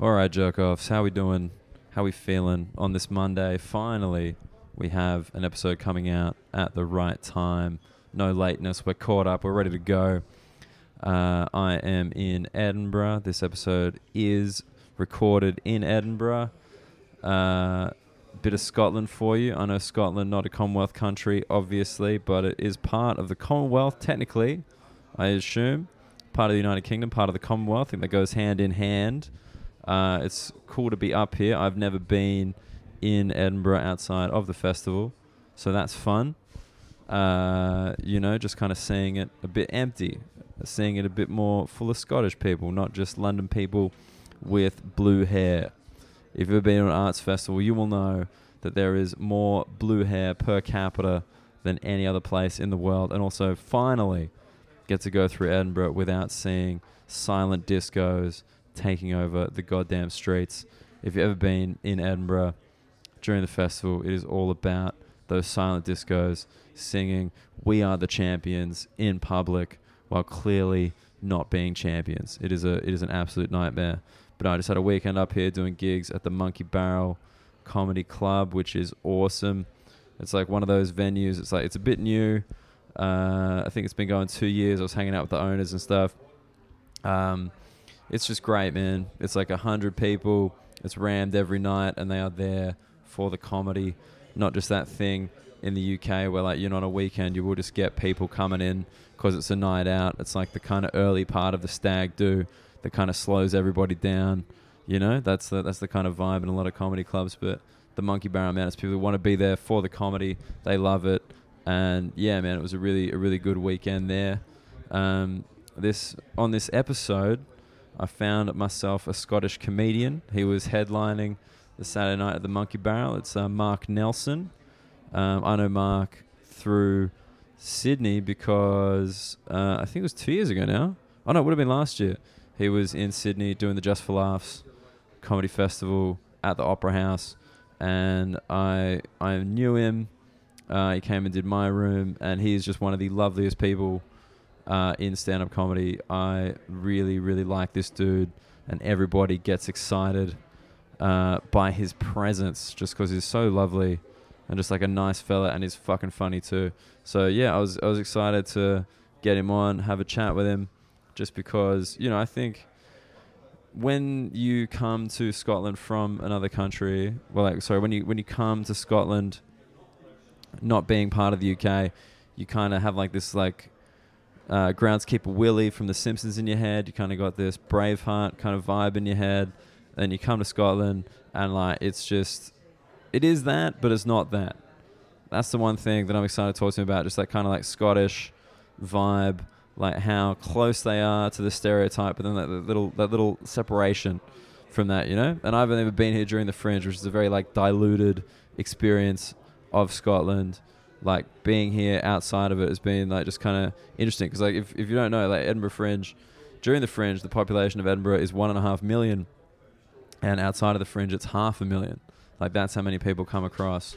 All right, jerk offs. How we doing? How we feeling on this Monday? Finally, we have an episode coming out at the right time. No lateness. We're caught up. We're ready to go. Uh, I am in Edinburgh. This episode is recorded in Edinburgh. Uh, bit of Scotland for you. I know Scotland not a Commonwealth country, obviously, but it is part of the Commonwealth technically. I assume part of the United Kingdom, part of the Commonwealth. I think that goes hand in hand. Uh, it's cool to be up here. I've never been in Edinburgh outside of the festival, so that's fun. Uh, you know, just kind of seeing it a bit empty, seeing it a bit more full of Scottish people, not just London people with blue hair. If you've ever been to an arts festival, you will know that there is more blue hair per capita than any other place in the world. And also, finally, get to go through Edinburgh without seeing silent discos taking over the goddamn streets. If you've ever been in Edinburgh during the festival, it is all about those silent discos singing "We Are the Champions" in public while clearly not being champions. It is a it is an absolute nightmare. But I just had a weekend up here doing gigs at the Monkey Barrel Comedy Club, which is awesome. It's like one of those venues. It's like it's a bit new. Uh, I think it's been going two years. I was hanging out with the owners and stuff. Um, it's just great, man. It's like a hundred people. It's rammed every night, and they are there for the comedy, not just that thing in the UK where like you're on a weekend, you will just get people coming in because it's a night out. It's like the kind of early part of the stag do that kind of slows everybody down. You know, that's the that's the kind of vibe in a lot of comedy clubs. But the Monkey Barrel, man, it's people who want to be there for the comedy. They love it, and yeah, man, it was a really a really good weekend there. Um, this on this episode, I found myself a Scottish comedian. He was headlining the Saturday night at the Monkey Barrel. It's uh, Mark Nelson. Um, I know Mark through Sydney because uh, I think it was two years ago now. Oh no, it would have been last year. He was in Sydney doing the Just for Laughs comedy festival at the Opera House, and I I knew him. Uh, he came and did my room, and he is just one of the loveliest people uh, in stand up comedy. I really, really like this dude, and everybody gets excited uh, by his presence just because he's so lovely and just like a nice fella, and he's fucking funny too. So yeah, I was I was excited to get him on, have a chat with him, just because you know I think when you come to Scotland from another country, well, like sorry, when you when you come to Scotland, not being part of the UK, you kind of have like this like uh, groundskeeper Willie from The Simpsons in your head. You kind of got this Braveheart kind of vibe in your head. Then you come to Scotland, and like it's just, it is that, but it's not that. That's the one thing that I'm excited to talk to him about. Just that kind of like Scottish vibe, like how close they are to the stereotype, but then that, that little that little separation from that, you know. And I've never been here during the fringe, which is a very like diluted experience of Scotland like being here outside of it has been like just kind of interesting because like if, if you don't know like edinburgh fringe during the fringe the population of edinburgh is one and a half million and outside of the fringe it's half a million like that's how many people come across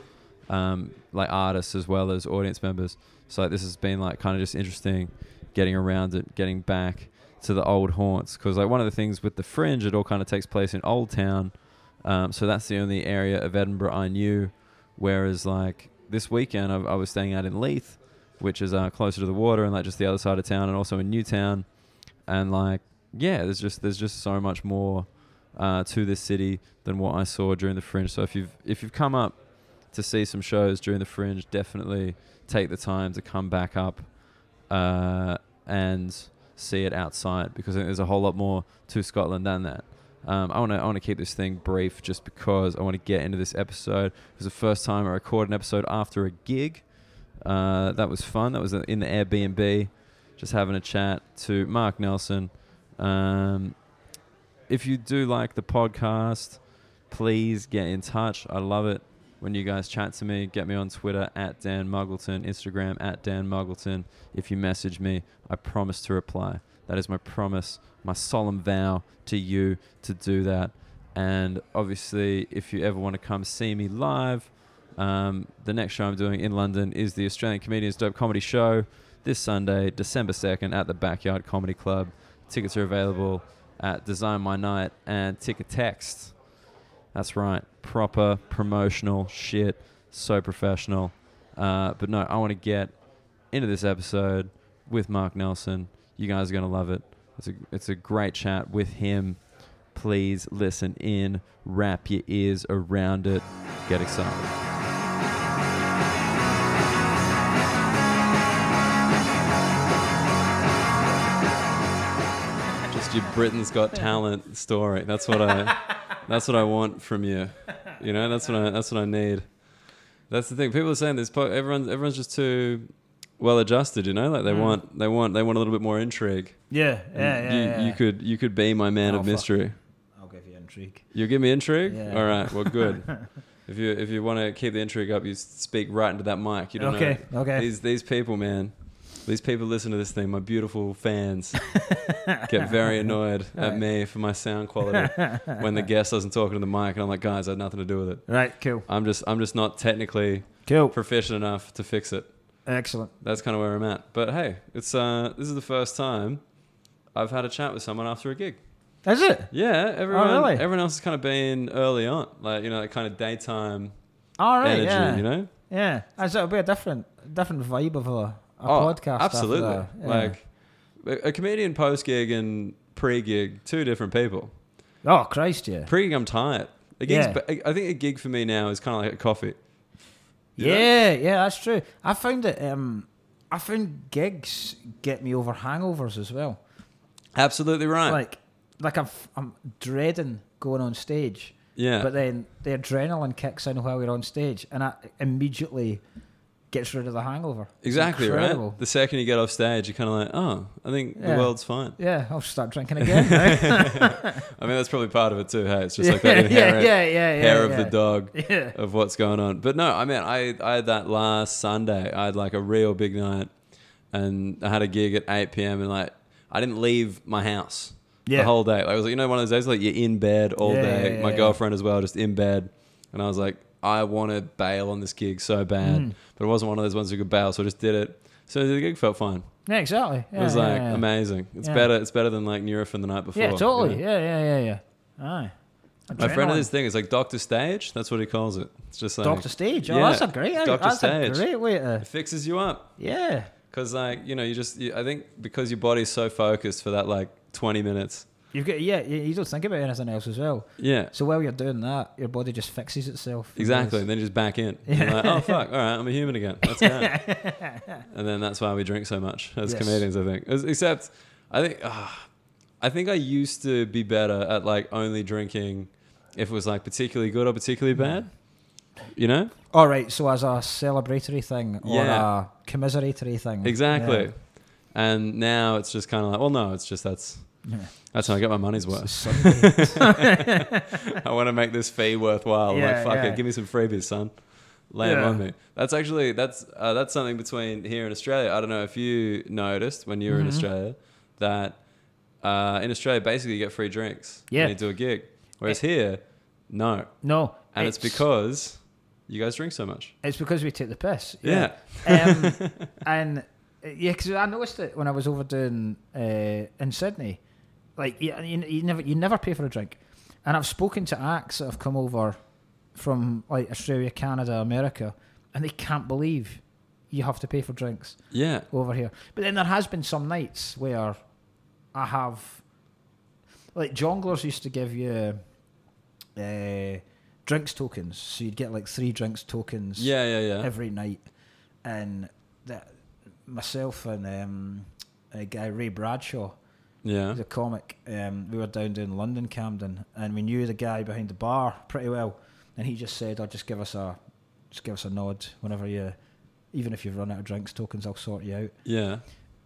um, like artists as well as audience members so like, this has been like kind of just interesting getting around it getting back to the old haunts because like one of the things with the fringe it all kind of takes place in old town um, so that's the only area of edinburgh i knew Whereas like this weekend, I, I was staying out in Leith, which is uh, closer to the water and like just the other side of town, and also in Newtown. And like, yeah, there's just there's just so much more uh, to this city than what I saw during the Fringe. So if you've if you've come up to see some shows during the Fringe, definitely take the time to come back up uh, and see it outside because I think there's a whole lot more to Scotland than that. Um, I want to I want to keep this thing brief just because I want to get into this episode. It was the first time I recorded an episode after a gig. Uh, that was fun. That was in the Airbnb, just having a chat to Mark Nelson. Um, if you do like the podcast, please get in touch. I love it when you guys chat to me. Get me on Twitter at Dan Muggleton, Instagram at Dan Muggleton. If you message me, I promise to reply. That is my promise, my solemn vow to you to do that. And obviously, if you ever want to come see me live, um, the next show I'm doing in London is the Australian Comedians Dope Comedy Show this Sunday, December 2nd, at the Backyard Comedy Club. Tickets are available at Design My Night and Tick a Text. That's right, proper promotional shit, so professional. Uh, but no, I want to get into this episode with Mark Nelson. You guys are gonna love it. It's a it's a great chat with him. Please listen in, wrap your ears around it, get excited. Just your Britain's Got Talent story. That's what I. that's what I want from you. You know, that's what I. That's what I need. That's the thing. People are saying this. Po- everyone's everyone's just too well adjusted. You know, like they want they want they want a little bit more intrigue. Yeah, Mm. yeah, yeah. you, yeah. you could you could be my man Oh, of fuck. mystery. I'll give you intrigue. You'll give me intrigue. Yeah. All right. Well, good. if you if you want to keep the intrigue up, you s- speak right into that mic. You don't Okay, know. okay. These these people, man. These people listen to this thing. My beautiful fans get very annoyed at me for my sound quality when the guest doesn't talk into the mic, and I'm like, guys, I had nothing to do with it. Right, cool, I'm just I'm just not technically cool, proficient enough to fix it. excellent. That's kind of where I'm at. But hey, it's uh this is the first time I've had a chat with someone after a gig. Is it? Yeah, everyone Oh, really? everyone else has kind of been early on, like you know, like kind of daytime All right, energy, Oh, yeah, you know. yeah. And so it'll be a different, different vibe of a, a podcast. after Oh, absolutely. that, yeah. Like a a comedian post gig and pre gig, two different people. oh Christ, yeah, Pre gig, I'm tired. A gig's, Yeah. ba- I think a gig for me now is kind of like a coffee. yeah, Yeah. yeah, That's true. I found it. Um, I found gigs get me over hangovers as well. Absolutely right. Like, like I'm, f- I'm dreading going on stage. yeah. But then the adrenaline kicks in while we're on stage, and that immediately gets rid of the hangover. It's Exactly incredible. right. The second you get off stage, you're kind of like, oh, I think Yeah. the world's fine. Yeah, I'll start drinking again. right? I mean, that's probably part of it too. Hey, it's just yeah, like that inherent yeah, yeah, yeah, yeah, hair of yeah. the dog Yeah. of what's going on. But no, I mean, I I had that last Sunday. I had like a real big night, and I had a gig at 8 p.m. and like I didn't leave my house Yeah. the whole day. Like, I was like, you know, one of those days like you're in bed all Yeah, day. yeah, my yeah. girlfriend as well, just in bed, and I was like, I want to bail on this gig so bad, Mm. but it wasn't one of those ones who could bail, so I just did it. So the gig felt fine. Yeah, exactly. it was Yeah, like yeah, yeah. amazing. It's Yeah. better. It's better than like Nurofen the night before. Yeah, totally. you know? Yeah, yeah, yeah, yeah. Aye. My friend Adrenaline. had this thing. It's like Doctor Stage. That's what he calls it. It's just like Doctor Stage. Oh, Yeah, that's a great. Dr. That's Stage. a great way it to. fixes you up Yeah. because like you know you just you, I think because your body's so focused for that like twenty minutes. You've got yeah. You you don't think about anything else as well. Yeah, So while you're doing that, your body just fixes itself. exactly. And then you just back in. You're like, oh fuck! All right, I'm a human again. That's great. and then that's why we drink so much as Yes. comedians. I think. As- Except, I think, ah, I think I used to be better at like only drinking if it was like particularly good or particularly bad. You know. All right. So as a celebratory thing or Yeah. a commiseratory thing. Exactly. Yeah. And now it's just kind of like, well, no, it's just that's Yeah. that's how I get my money's worth. Sunday. I want to make this fee worthwhile. I'm Yeah, like, fuck yeah. it, give me some freebies, son. Lay it Yeah. on me. That's actually that's uh, that's something between here and Australia. I don't know if you noticed when you were in Mm-hmm. Australia that uh, in Australia basically you get free drinks Yeah. Eh. when you do a gig, whereas here, no. no. And it's, because you guys drink so much. It's because we take the piss. Yeah. um, and uh, yeah, because I noticed it when I was over doing uh, in Sydney. Like you, you, you never you never pay for a drink, and I've spoken to acts that have come over from like Australia, Canada, America, and they can't believe you have to pay for drinks Yeah. over here. But then there has been some nights where I have, like jonglers used to give you uh, drinks tokens, so you'd get like three drinks tokens Yeah. Yeah. Yeah. every night, and that myself and um, a guy Ray Bradshaw, yeah. he's a comic, um, we were down doing London Camden, and we knew the guy behind the bar pretty well, and he just said, "Oh, just give us a, just give us a nod whenever you, even if you've run out of drinks tokens, I'll sort you out." Yeah.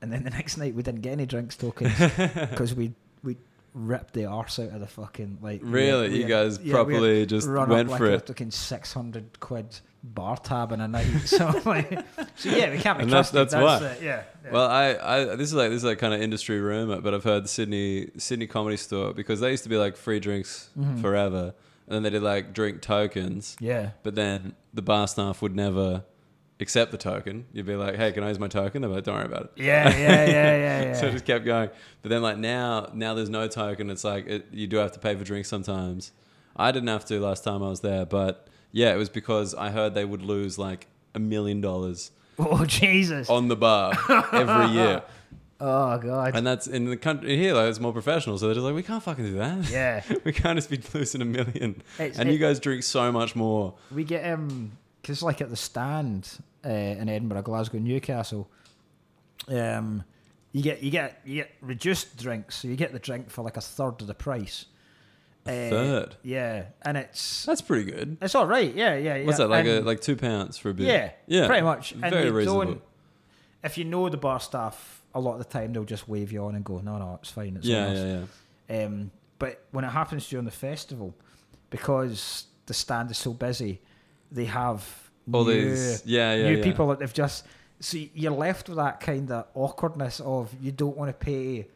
And then the next night we didn't get any drinks tokens because we we ripped the arse out of the fucking like. we- Really? we You had- guys yeah, we had properly just run went up like for a it. Fucking six hundred quid bar tab in a night. So like, so yeah, we can't be And that's- trusted. that's why. it, yeah. yeah. Well, I, I this is like this is like kind of industry rumor, but I've heard the Sydney Sydney Comedy Store because they used to be like free drinks Mm-hmm. forever, and then they did like drink tokens, yeah. but then the bar staff would never accept the token. You'd be like, hey, can I use my token? They're like, don't worry about it. Yeah, yeah, yeah, yeah, yeah. so it just kept going. But then like now, now there's no token. It's like it, you do have to pay for drinks sometimes. I didn't have to last time I was there, but yeah, it was because I heard they would lose like a million dollars oh Jesus! on the bar every year, Oh God! and that's in the country here. Like, it's more professional, so they're just like, we can't fucking do that. Yeah. we can't just be losing a million. It's- and it- you guys drink so much more. We get um, cause like at the stand uh, in Edinburgh, Glasgow, Newcastle, um, you get you get you get reduced drinks, so you get the drink for like a third of the price. Uh, third? Yeah, and it's That's pretty good. it's all right. Yeah, yeah, yeah. What's that like? A, and- like two pounds for a beer? yeah, yeah, pretty much. And Very you reasonable. Don't, if you know the bar staff, a lot of the time they'll just wave you on and go, "No, no, it's fine." It's yeah, on us." yeah, yeah. Um, but when it happens during the festival, because the stand is so busy, they have All new, these, yeah, yeah, new yeah. people that they've just. So you're left with that kind of awkwardness of you don't want to pay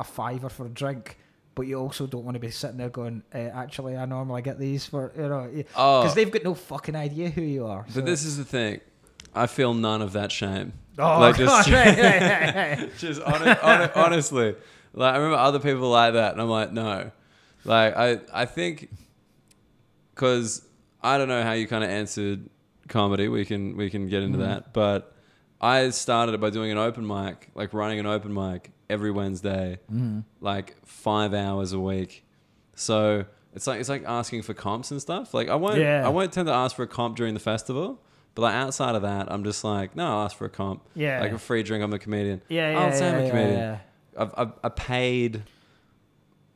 a fiver for a drink, but you also don't want to be sitting there going, uh, "Actually, I normally get these for you know," Oh. because they've got no fucking idea who you are. so- But this is the thing. I feel none of that shame. oh Like, God, just- right, right, right, right. Just hon- hon- honestly, like I remember other people like that, and I'm like, no. Like I, I think, because I don't know how you kind of answered comedy. We can we can get into Mm. that, but I started it by doing an open mic, like running an open mic every Wednesday, Mm. like five hours a week. So it's like it's like asking for comps and stuff. Like I won't Yeah. I won't tend to ask for a comp during the festival, but like outside of that, I'm just like, no, I'll ask for a comp. Yeah. Like a free drink, I'm a comedian. yeah, yeah, I'll say yeah, I'm a yeah, comedian. yeah, I've, I've I paid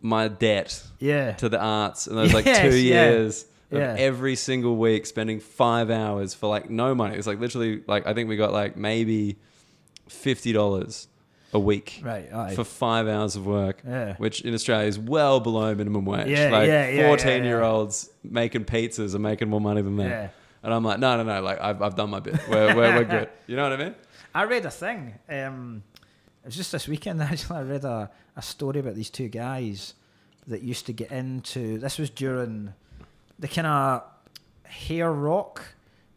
my debt yeah. to the arts, and it was like Yes, two yeah. years of Yeah. every single week spending five hours for like no money. It's like literally like I think we got like maybe fifty dollars a week right, aye. for five hours of work, Yeah. which in Australia is well below minimum wage. Yeah, like yeah, yeah, yeah, fourteen year olds making pizzas are making more money than that. Yeah. And I'm like, no, no, no. Like I've, I've done my bit. We're, we're, we're good. You know what I mean? I read a thing. Um, it was just this weekend actually. I read a, a story about these two guys that used to get into. This was during the kind of hair rock,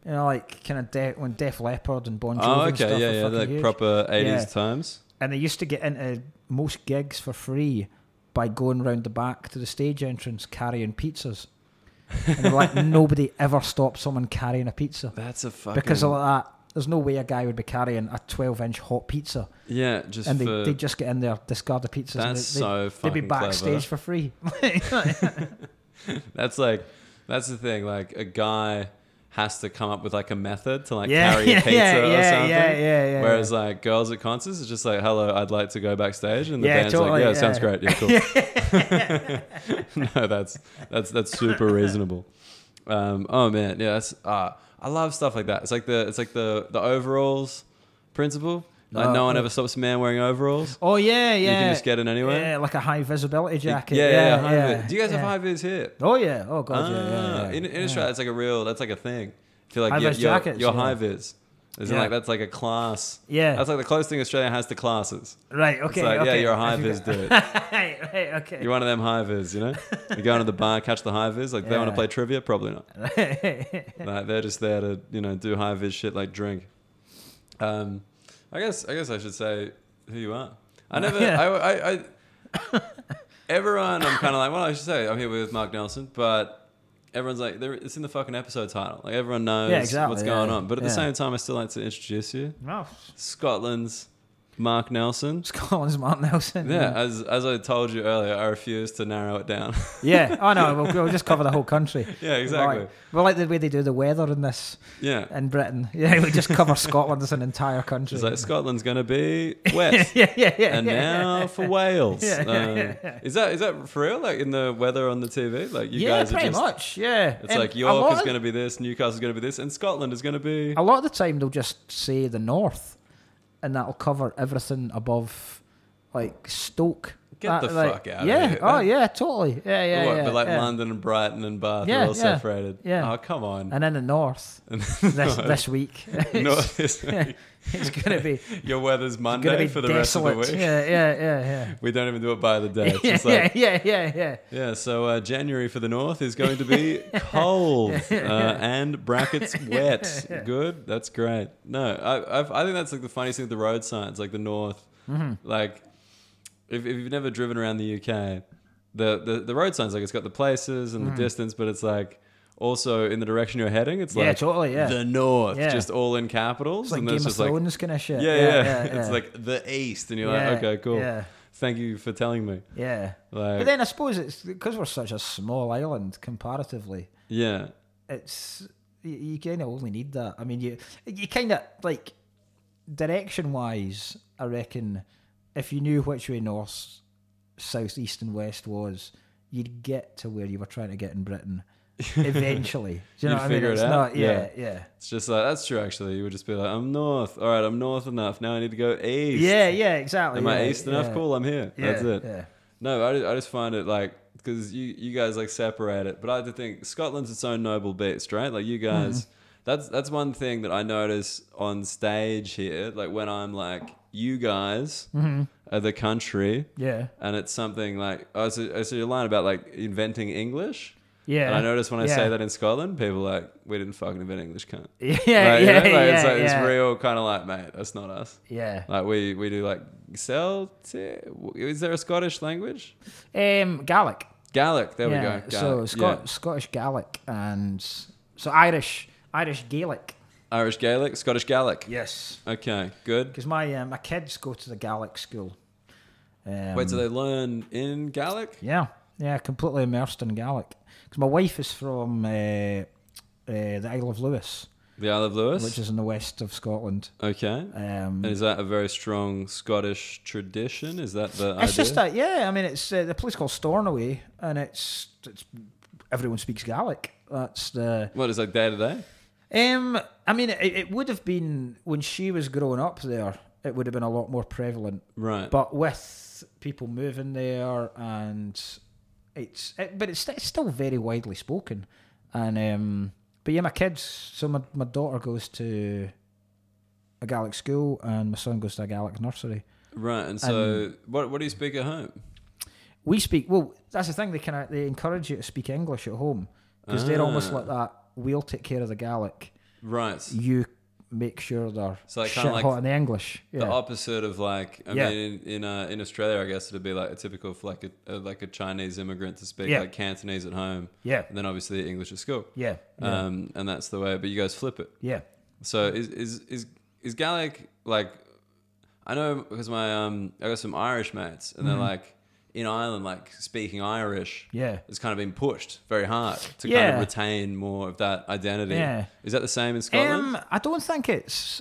you know, like kind of de- when Def Leppard and Bon Jovi Oh, and stuff okay, were yeah, yeah. fucking Like huge. proper '80s Yeah. times. and they used to get into most gigs for free by going round the back to the stage entrance carrying pizzas. and they were like nobody ever stopped someone carrying a pizza That's a fucking because of that. There's no way a guy would be carrying a 12-inch hot pizza. yeah. Just and they, for, they just get in there, discard the pizzas. and they, that's so they, fucking would be backstage for free. Clever. That's like that's the thing. Like a guy has to come up with like a method to like Yeah, carry yeah, a pizza yeah, or yeah, something. yeah, yeah, yeah, Whereas like girls at concerts, it's just like, "Hello, I'd like to go backstage," and the Yeah, band's like, totally, "Yeah, yeah. sounds great. Yeah, cool." no, that's that's that's super reasonable. Um, oh man, yeah, that's uh, I love stuff like that. It's like the it's like the the overalls principle. Like Oh, no one yeah. ever stops a man wearing overalls. oh yeah, yeah. You can just get in anywhere. Yeah, like a high visibility jacket. Yeah, Yeah, yeah, yeah. high vis. Do you guys have yeah. high vis here? Oh yeah. Oh god. yeah, yeah, Ah, yeah. in, in yeah. Australia, that's like a real, that's like a thing. I feel like High your, vis your, jackets, your yeah. high vis. Isn't Yeah. like that's like a class. Yeah. That's like the closest thing Australia has to classes. Right. Okay. It's like, okay. yeah, you're a high If you vis got- dude. right. Right. Okay. You're one of them high vis, you know? You go into the bar, catch the high vis. Like, they want to Yeah. play trivia? Probably not. Like, they're just there to, you know, do high vis shit like drink. Um, I guess, I guess I should say who you are. Uh, I never, I, I, I, everyone, I'm kind of like, well, I should say I'm here with Mark Nelson, but everyone's like, there, it's in the fucking episode title. Like everyone knows Yeah, exactly, what's yeah, going yeah. on. But at the Yeah. same time, I still like to introduce you, well, Scotland's Mark Nelson. Scotland's Mark Nelson. Yeah, as as I told you earlier, I refuse to narrow it down. Yeah. Oh no, we'll, we'll just cover the whole country. yeah, exactly. Right. Well, like the way they do the weather in this Yeah, in Britain. Yeah, we just cover Scotland as an entire country. it's like Scotland's gonna be wet. yeah, yeah, yeah. And yeah. now for Wales, Yeah, yeah, Um, yeah, yeah. is that is that for real? Like in the weather on the TV, like you yeah, guys are pretty just much. Yeah, It's And like a York lot is of- going to be this, Newcastle's going to be this, and Scotland is going to be. A lot of the time, they'll just say the north, and that'll cover everything above, like Stoke. Get Uh, the like, fuck out yeah, of here. Oh That- yeah, totally. Yeah, yeah, what, yeah. but like yeah. London and Brighton and Bath Yeah, are all yeah, separated. yeah. Oh, come on. And in the north this this week, no, it's, this it's gonna be your weather's gonna Monday be for the desolate. rest of the week. Yeah, yeah, yeah, We don't even do it by the day. It's yeah. just yeah, like, yeah, yeah, yeah. yeah, so uh, January for the north is going to be cold uh, and brackets wet. Good, that's great. No, I, I've, I think that's like the funniest thing with the road signs, like the north. Mm-hmm. Like, if, if you've never driven around the UK, the, the, the road signs, like, it's got the places and the Mm. distance, but it's like also in the direction you're heading, it's Yeah, like totally, yeah. the north, Yeah. just all in capitals. It's like and Game it's of just like, Thrones kind of shit. yeah, yeah, yeah. It's like the east, and you're Yeah, like, okay, cool. Yeah, Thank you for telling me. yeah. Like, But then I suppose it's because we're such a small island comparatively. yeah, It's you, you kind of only need that. I mean, you you kind of like direction wise. I reckon if you knew which way north, south, east, and west was, you'd get to where you were trying to get in Britain eventually. Do you know You'd what I mean? figure it It's out, not. Yeah, yeah. yeah, it's just like that's true. Actually, you would just be like, I'm north. All right, I'm north enough. Now I need to go east. yeah, yeah. Exactly. Am yeah, I east enough? yeah, Cool. I'm here. Yeah, that's it. Yeah. No, I just, I just find it like because you you guys like separate it, but I have to think Scotland's its own noble beast, right? Like you Mm-hmm. guys, that's that's one thing that I notice on stage here. Like when I'm like, you guys are the country. Mm-hmm. Yeah. and it's something like oh, so, so your line about like inventing English. Yeah. And I notice when I yeah. say that in Scotland, people are like we didn't fucking invent English, cunt. Yeah, Like, you yeah, know, like, yeah, it's like yeah. it's real kind of like, mate, that's not us. Yeah. Like we we do like Celtic. Is there a Scottish language? Um, Gaelic. Gaelic. There yeah. we go. Gaelic. So Scot- Yeah. Scottish Gaelic and so Irish Irish Gaelic. Irish Gaelic, Scottish Gaelic. Yes. Okay, good. Because my uh, my kids go to the Gaelic school. Um, Wait, so they learn in Gaelic? Yeah, yeah, completely immersed in Gaelic. Because my wife is from uh, uh, the Isle of Lewis, The Isle of Lewis. which is in the west of Scotland. okay. Um, And is that a very strong Scottish tradition? Is that the It's idea? just that, yeah. I mean, it's uh, the place called Stornoway, and it's it's everyone speaks Gaelic. That's the what is like day to day? Um, I mean, it, it would have been when she was growing up there. It would have been a lot more prevalent, Right. but with people moving there, and it's it, but it's, it's still very widely spoken. And um, but yeah, my kids. So my my daughter goes to a Gaelic school, and my son goes to a Gaelic nursery. Right, and so um, what what do you speak at home? We speak well. That's the thing. They kind of they encourage you to speak English at home because they're almost Ah. like that. We'll take care of the Gaelic. Right, you make sure they're So, like, shit kinda like hot in the English. Yeah. the opposite of like I Yeah. mean, in in, uh, in Australia, I guess it'd be like typical for like a uh, like a Chinese immigrant to speak Yeah. like Cantonese at home, yeah. and then obviously English at school. Yeah. Yeah. Um, and that's the way. But you guys flip it. yeah. So is is is is Gaelic like? I know because my um I got some Irish mates, and they're like in Ireland, like speaking Irish. Mm-hmm. Yeah. It's kind of been pushed very hard to kind Yeah. of retain more of that identity. Yeah. Is that the same in Scotland? Um, I don't think it's.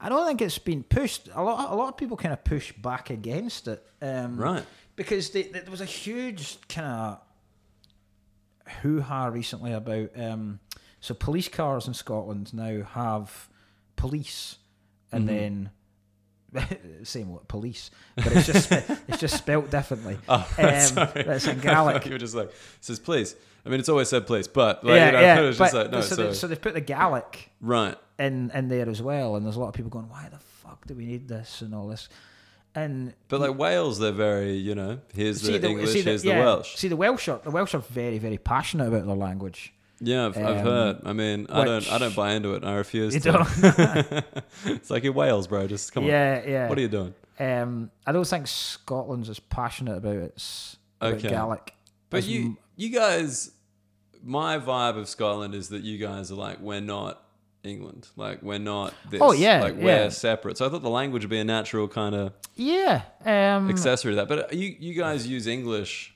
I don't think it's been pushed. A lot. A lot of people kind of push back against it. Um, Right. Because they, there was a huge kind of hoo ha recently about. Um, so police cars in Scotland now have police, and Mm-hmm. then same what police, but it's just it's just spelt differently. Oh, um, That's in Gaelic. you were just like says please. I mean, it's always said please, but like, you know, it was just like no. so, So, They, so they've put the Gaelic right, in in there as well, and there's a lot of people going, "Why the fuck do we need this and all this?" And but like Wales, they're very you know here's the, English, here's the yeah, Welsh. See the Welsh are the Welsh are very very passionate about their language. yeah, I've, um, I've heard. I mean, I don't I don't which- buy into it. I refuse. You to. don't. it's like you're Wales, bro. Just come on. yeah, yeah. What are you doing? Um, I don't think Scotland's as passionate about its about Okay. Gaelic. But as you m- you guys, my vibe of Scotland is that you guys are like we're not. England, like we're not this. Oh, yeah, like yeah. we're separate. So I thought the language would be a natural kind of yeah, um, accessory to that. But uh, you you guys use English,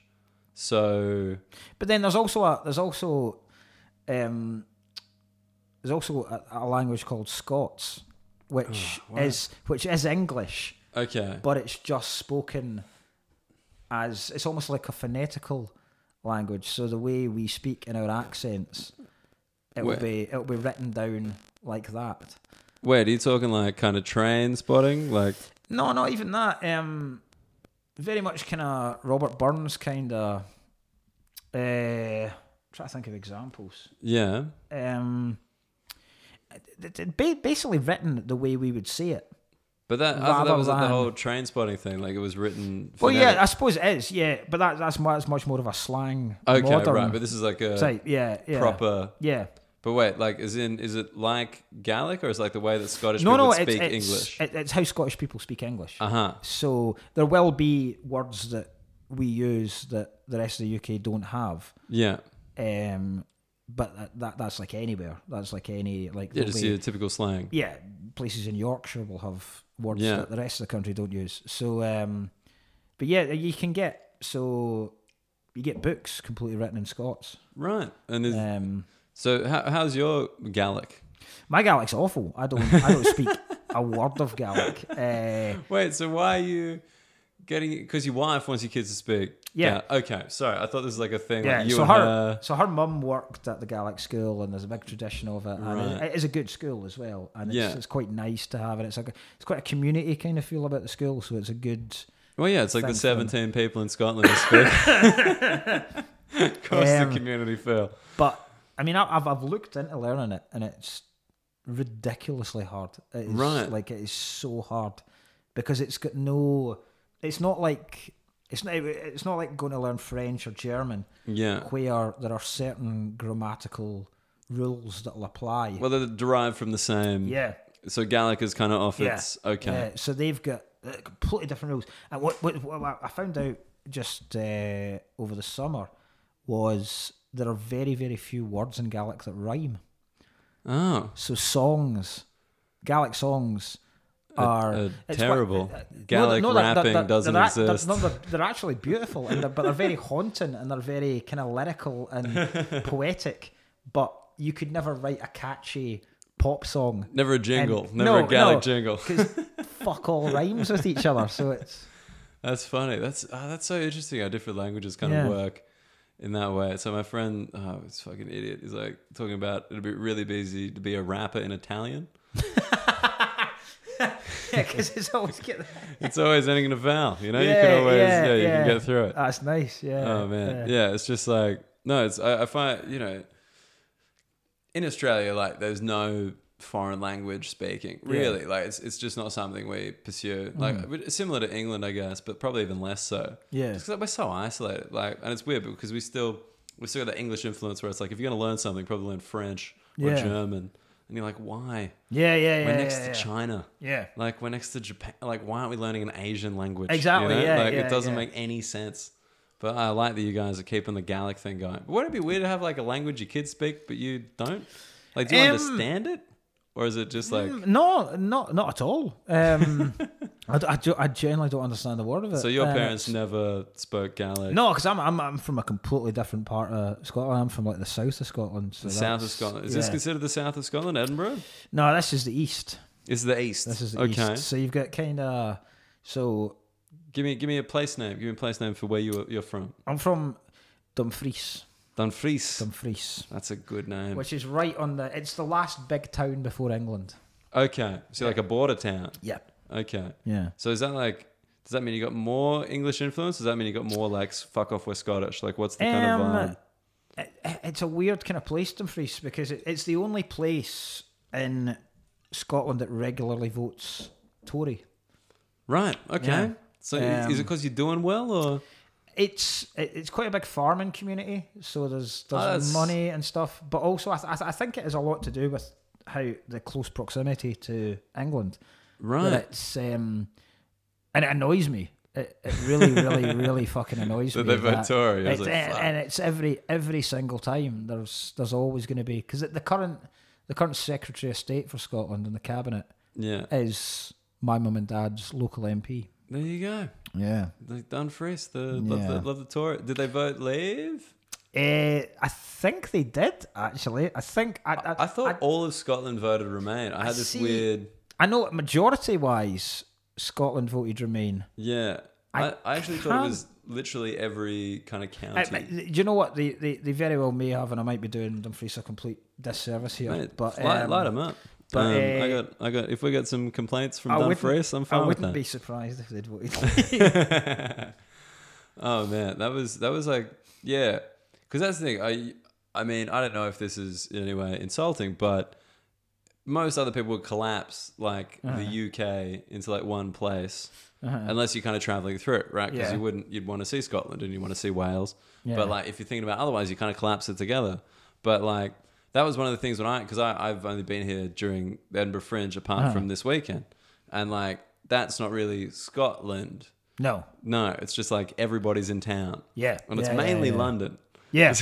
so But then there's also a there's also um, there's also a, a language called Scots, which Oh, is which is English, okay, but it's just spoken as it's almost like a phonetical language. So the way we speak in our accents, it will Where- be it will be written down like that. wait, are you talking like kind of train spotting? Like No, not even that. Um, very much kind of Robert Burns kind of. Uh, trying to think of examples. Yeah. Um, th- th- ba- basically written the way we would see it. But that I thought that Rather was like the than- whole train spotting thing. Like it was written. Well, yeah, I phonetic. suppose it is. Yeah, but that, that's mu- that's much more of a slang. okay, modern right. But this is like a type. Yeah, yeah, proper. Yeah. But wait, like, is in is it like Gaelic or is it like the way that Scottish No, people no, would it's, speak it's, English? it- it's how Scottish people speak English. Uh huh. So there will be words that we use that the rest of the UK don't have. Yeah. Um, but that, that that's like anywhere. That's like any like Yeah, there'll just be- your typical slang. yeah, places in Yorkshire will have words Yeah. that the rest of the country don't use. So, um, but yeah, you can get so you get books completely written in Scots. Right. And is, Um, so, how, how's your Gaelic? my Gaelic's awful. I don't I don't speak a word of Gaelic. Uh, Wait, so why are you getting? Because your wife wants your kids to speak. Yeah. Gal- Okay. Sorry, I thought this was like a thing. yeah, Like you so and her, her. so her mum worked at the Gaelic school, and there's a big tradition of it. And Right. it, it is a good school as well, and it's, Yeah. it's quite nice to have. And it's like a, it's quite a community kind of feel about the school, so it's a good. Well, yeah, it's like the Thanks, Adam. 17 people in Scotland that speak. Across Um, the community, Phil. But I mean, I- I've I've looked into learning it, and it's ridiculously hard. It is, Right. like it is so hard because it's got no. It's not like it's not it's not like going to learn French or German, Yeah. where there are certain grammatical rules that will apply. Well, they're derived from the same. yeah, So Gaelic is kind of off Yeah. its. Okay. yeah. So they've got uh, completely different rules. And what what, what I found out just uh, over the summer was there are very very few words in Gaelic that rhyme. Oh. So songs, Gaelic songs, are uh, it's terrible. what- uh, no, Gaelic they're- they're- rapping they're- doesn't they're, act- they're- exist. no, they're, they're actually beautiful, and they're, but they're very haunting and they're very kind of lyrical and poetic. But you could never write a catchy pop song Never a jingle. And- never no, a Gaelic no. jingle. because fuck all rhymes with each other. So it's That's funny. That's ah, that's so interesting how different languages kind Yeah. of work in that way. So my friend, oh, this fucking idiot, is like talking about it'd be really busy to be a rapper in Italian. because it's always get It's always ending in a vowel. You know, you Yeah, can always yeah, yeah, you yeah. can get through it. that's nice. Yeah. oh man, yeah. It's just like no. It's I, I find you know in Australia like there's no foreign language speaking really like it's, it's just not something we pursue like Mm. it's similar to England I guess but probably even less so Yeah. Just 'cause we're so isolated. Like, and it's weird because we still we still got that English influence where it's like if you're gonna learn something, probably learn French or Yeah. German. And you're like, why? Yeah, yeah, yeah. we're next yeah, to yeah. China. Yeah. Like we're next to Japan. Like why aren't we learning an Asian language? Exactly, yeah, Like yeah, it doesn't yeah. make any sense. But I like that you guys are keeping the Gaelic thing going. But wouldn't it be weird to have like a language your kids speak but you don't? Like, do you Um, understand it? Or is it just like Mm, no, not not at all. Um, I, d- I, ge- I genuinely don't understand the word of it. so your Um, parents never spoke Gaelic? No, because I'm, I'm I'm from a completely different part of Scotland. I'm from like the south of Scotland. So The south of that's- Scotland. Is this yeah. considered the south of Scotland, Edinburgh? no, this is the east. It's the east. This is the okay. east. So you've got kind of so Give me give me a place name. Give me a place name for where you you're from. I'm from Dumfries, Dumfries. Dumfries, That's a good name. which is right on the. It's the last big town before England. okay, so like a border town. Yeah, Okay, yeah. so is that like? Does that mean you got more English influence? Does that mean you got more like s- fuck off? We're Scottish. Like what's the kind of uh, Um, vibe? it, it's a weird kind of place, Dumfries, because it, it's the only place in Scotland that regularly votes Tory. Right. Okay. yeah. So i- is it Um, because you're doing well or? It's it, it's quite a big farming community, so there's Oh, there's that's- money and stuff. But also, I, th- I, th- I think it has a lot to do with how the close proximity to England. that Right. It's um, and it annoys me. It, it really, really, really fucking annoys So me. they vote that- Tory. I was It's- like, and, fuck. and it's every every single time. There's there's always going to be because the current the current Secretary of State for Scotland in the cabinet yeah. is my mum and dad's local MP. There you go. Yeah, Like Dumfries. The, love, Yeah. the love the Tory. Did they vote Leave? uh, I think they did actually. I think I I, I thought all of Scotland voted Remain. I had this see- weird. I know majority wise Scotland voted Remain. Yeah. I I, I actually thought it was literally every kind of I- county. I- Eh, do you know what they, they, they very well may have, and I might be doing Dumfries a complete disservice here. Mate, but light, um, them up. But um, uh, I got, I got. If we got some complaints from I wouldn't- Dumfries, I'm I fine with that. wouldn't be surprised if they'd voted. oh man, that was that was like yeah, because that's the thing. I I mean I don't know if this is in any way insulting, but most other people would collapse like Uh-huh. the UK into like one place unless you're kind of traveling through it, right? Because Yeah. you wouldn't you'd want to see Scotland and you want to see Wales, Yeah. but like if you're thinking about otherwise, you kind of collapse it together. But like that was one of the things when I because I I've only been here during the Edinburgh Fringe apart Uh-huh. from this weekend, and like that's not really Scotland. no. No, it's just like everybody's in town. Yeah. And it's Yeah, yeah, mainly yeah. London. Yeah.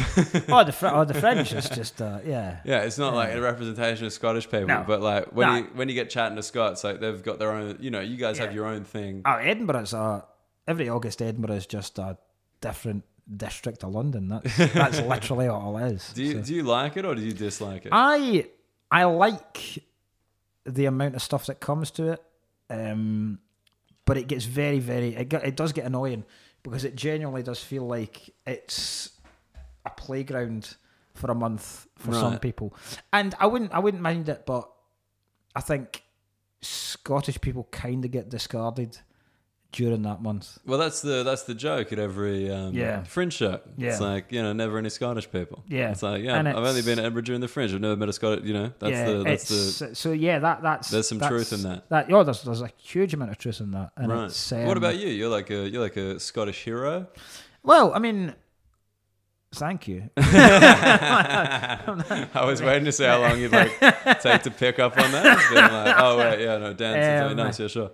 oh, the fr- oh, the French is just uh, yeah. Yeah, it's not like a representation of Scottish people, No. but like when No. you when you get chatting to Scots, like they've got their own. You know, you guys have Yeah. your own thing. Oh, Edinburgh's uh, every August Edinburgh is just a different district of London. That's that's literally all it is. Do you So- do you like it or do you dislike it? I I like the amount of stuff that comes to it, um, but it gets very, very. It, get- it does get annoying because it genuinely does feel like it's a playground for a month for some Right. people, and I wouldn't I wouldn't mind it, but I think Scottish people kind of get discarded during that month. well, that's the that's the joke at every um, Yeah. fringe show. Yeah. It's like you know, never any Scottish people. Yeah. it's like yeah, And I've only it's- been at Edinburgh during the fringe. I've never met a Scottish. You know, that's yeah, the that's it's- the so yeah that that's there's some that's- truth in that. That yeah, there's there's a huge amount of truth in that. And right. it's, um, what about you? You're like a you're like a Scottish hero. Well, I mean, thank you. I was waiting to see how long you'd like take to pick up on that. But I'm like, oh wait, yeah, no, dance is really Um, nice. Yeah, sure.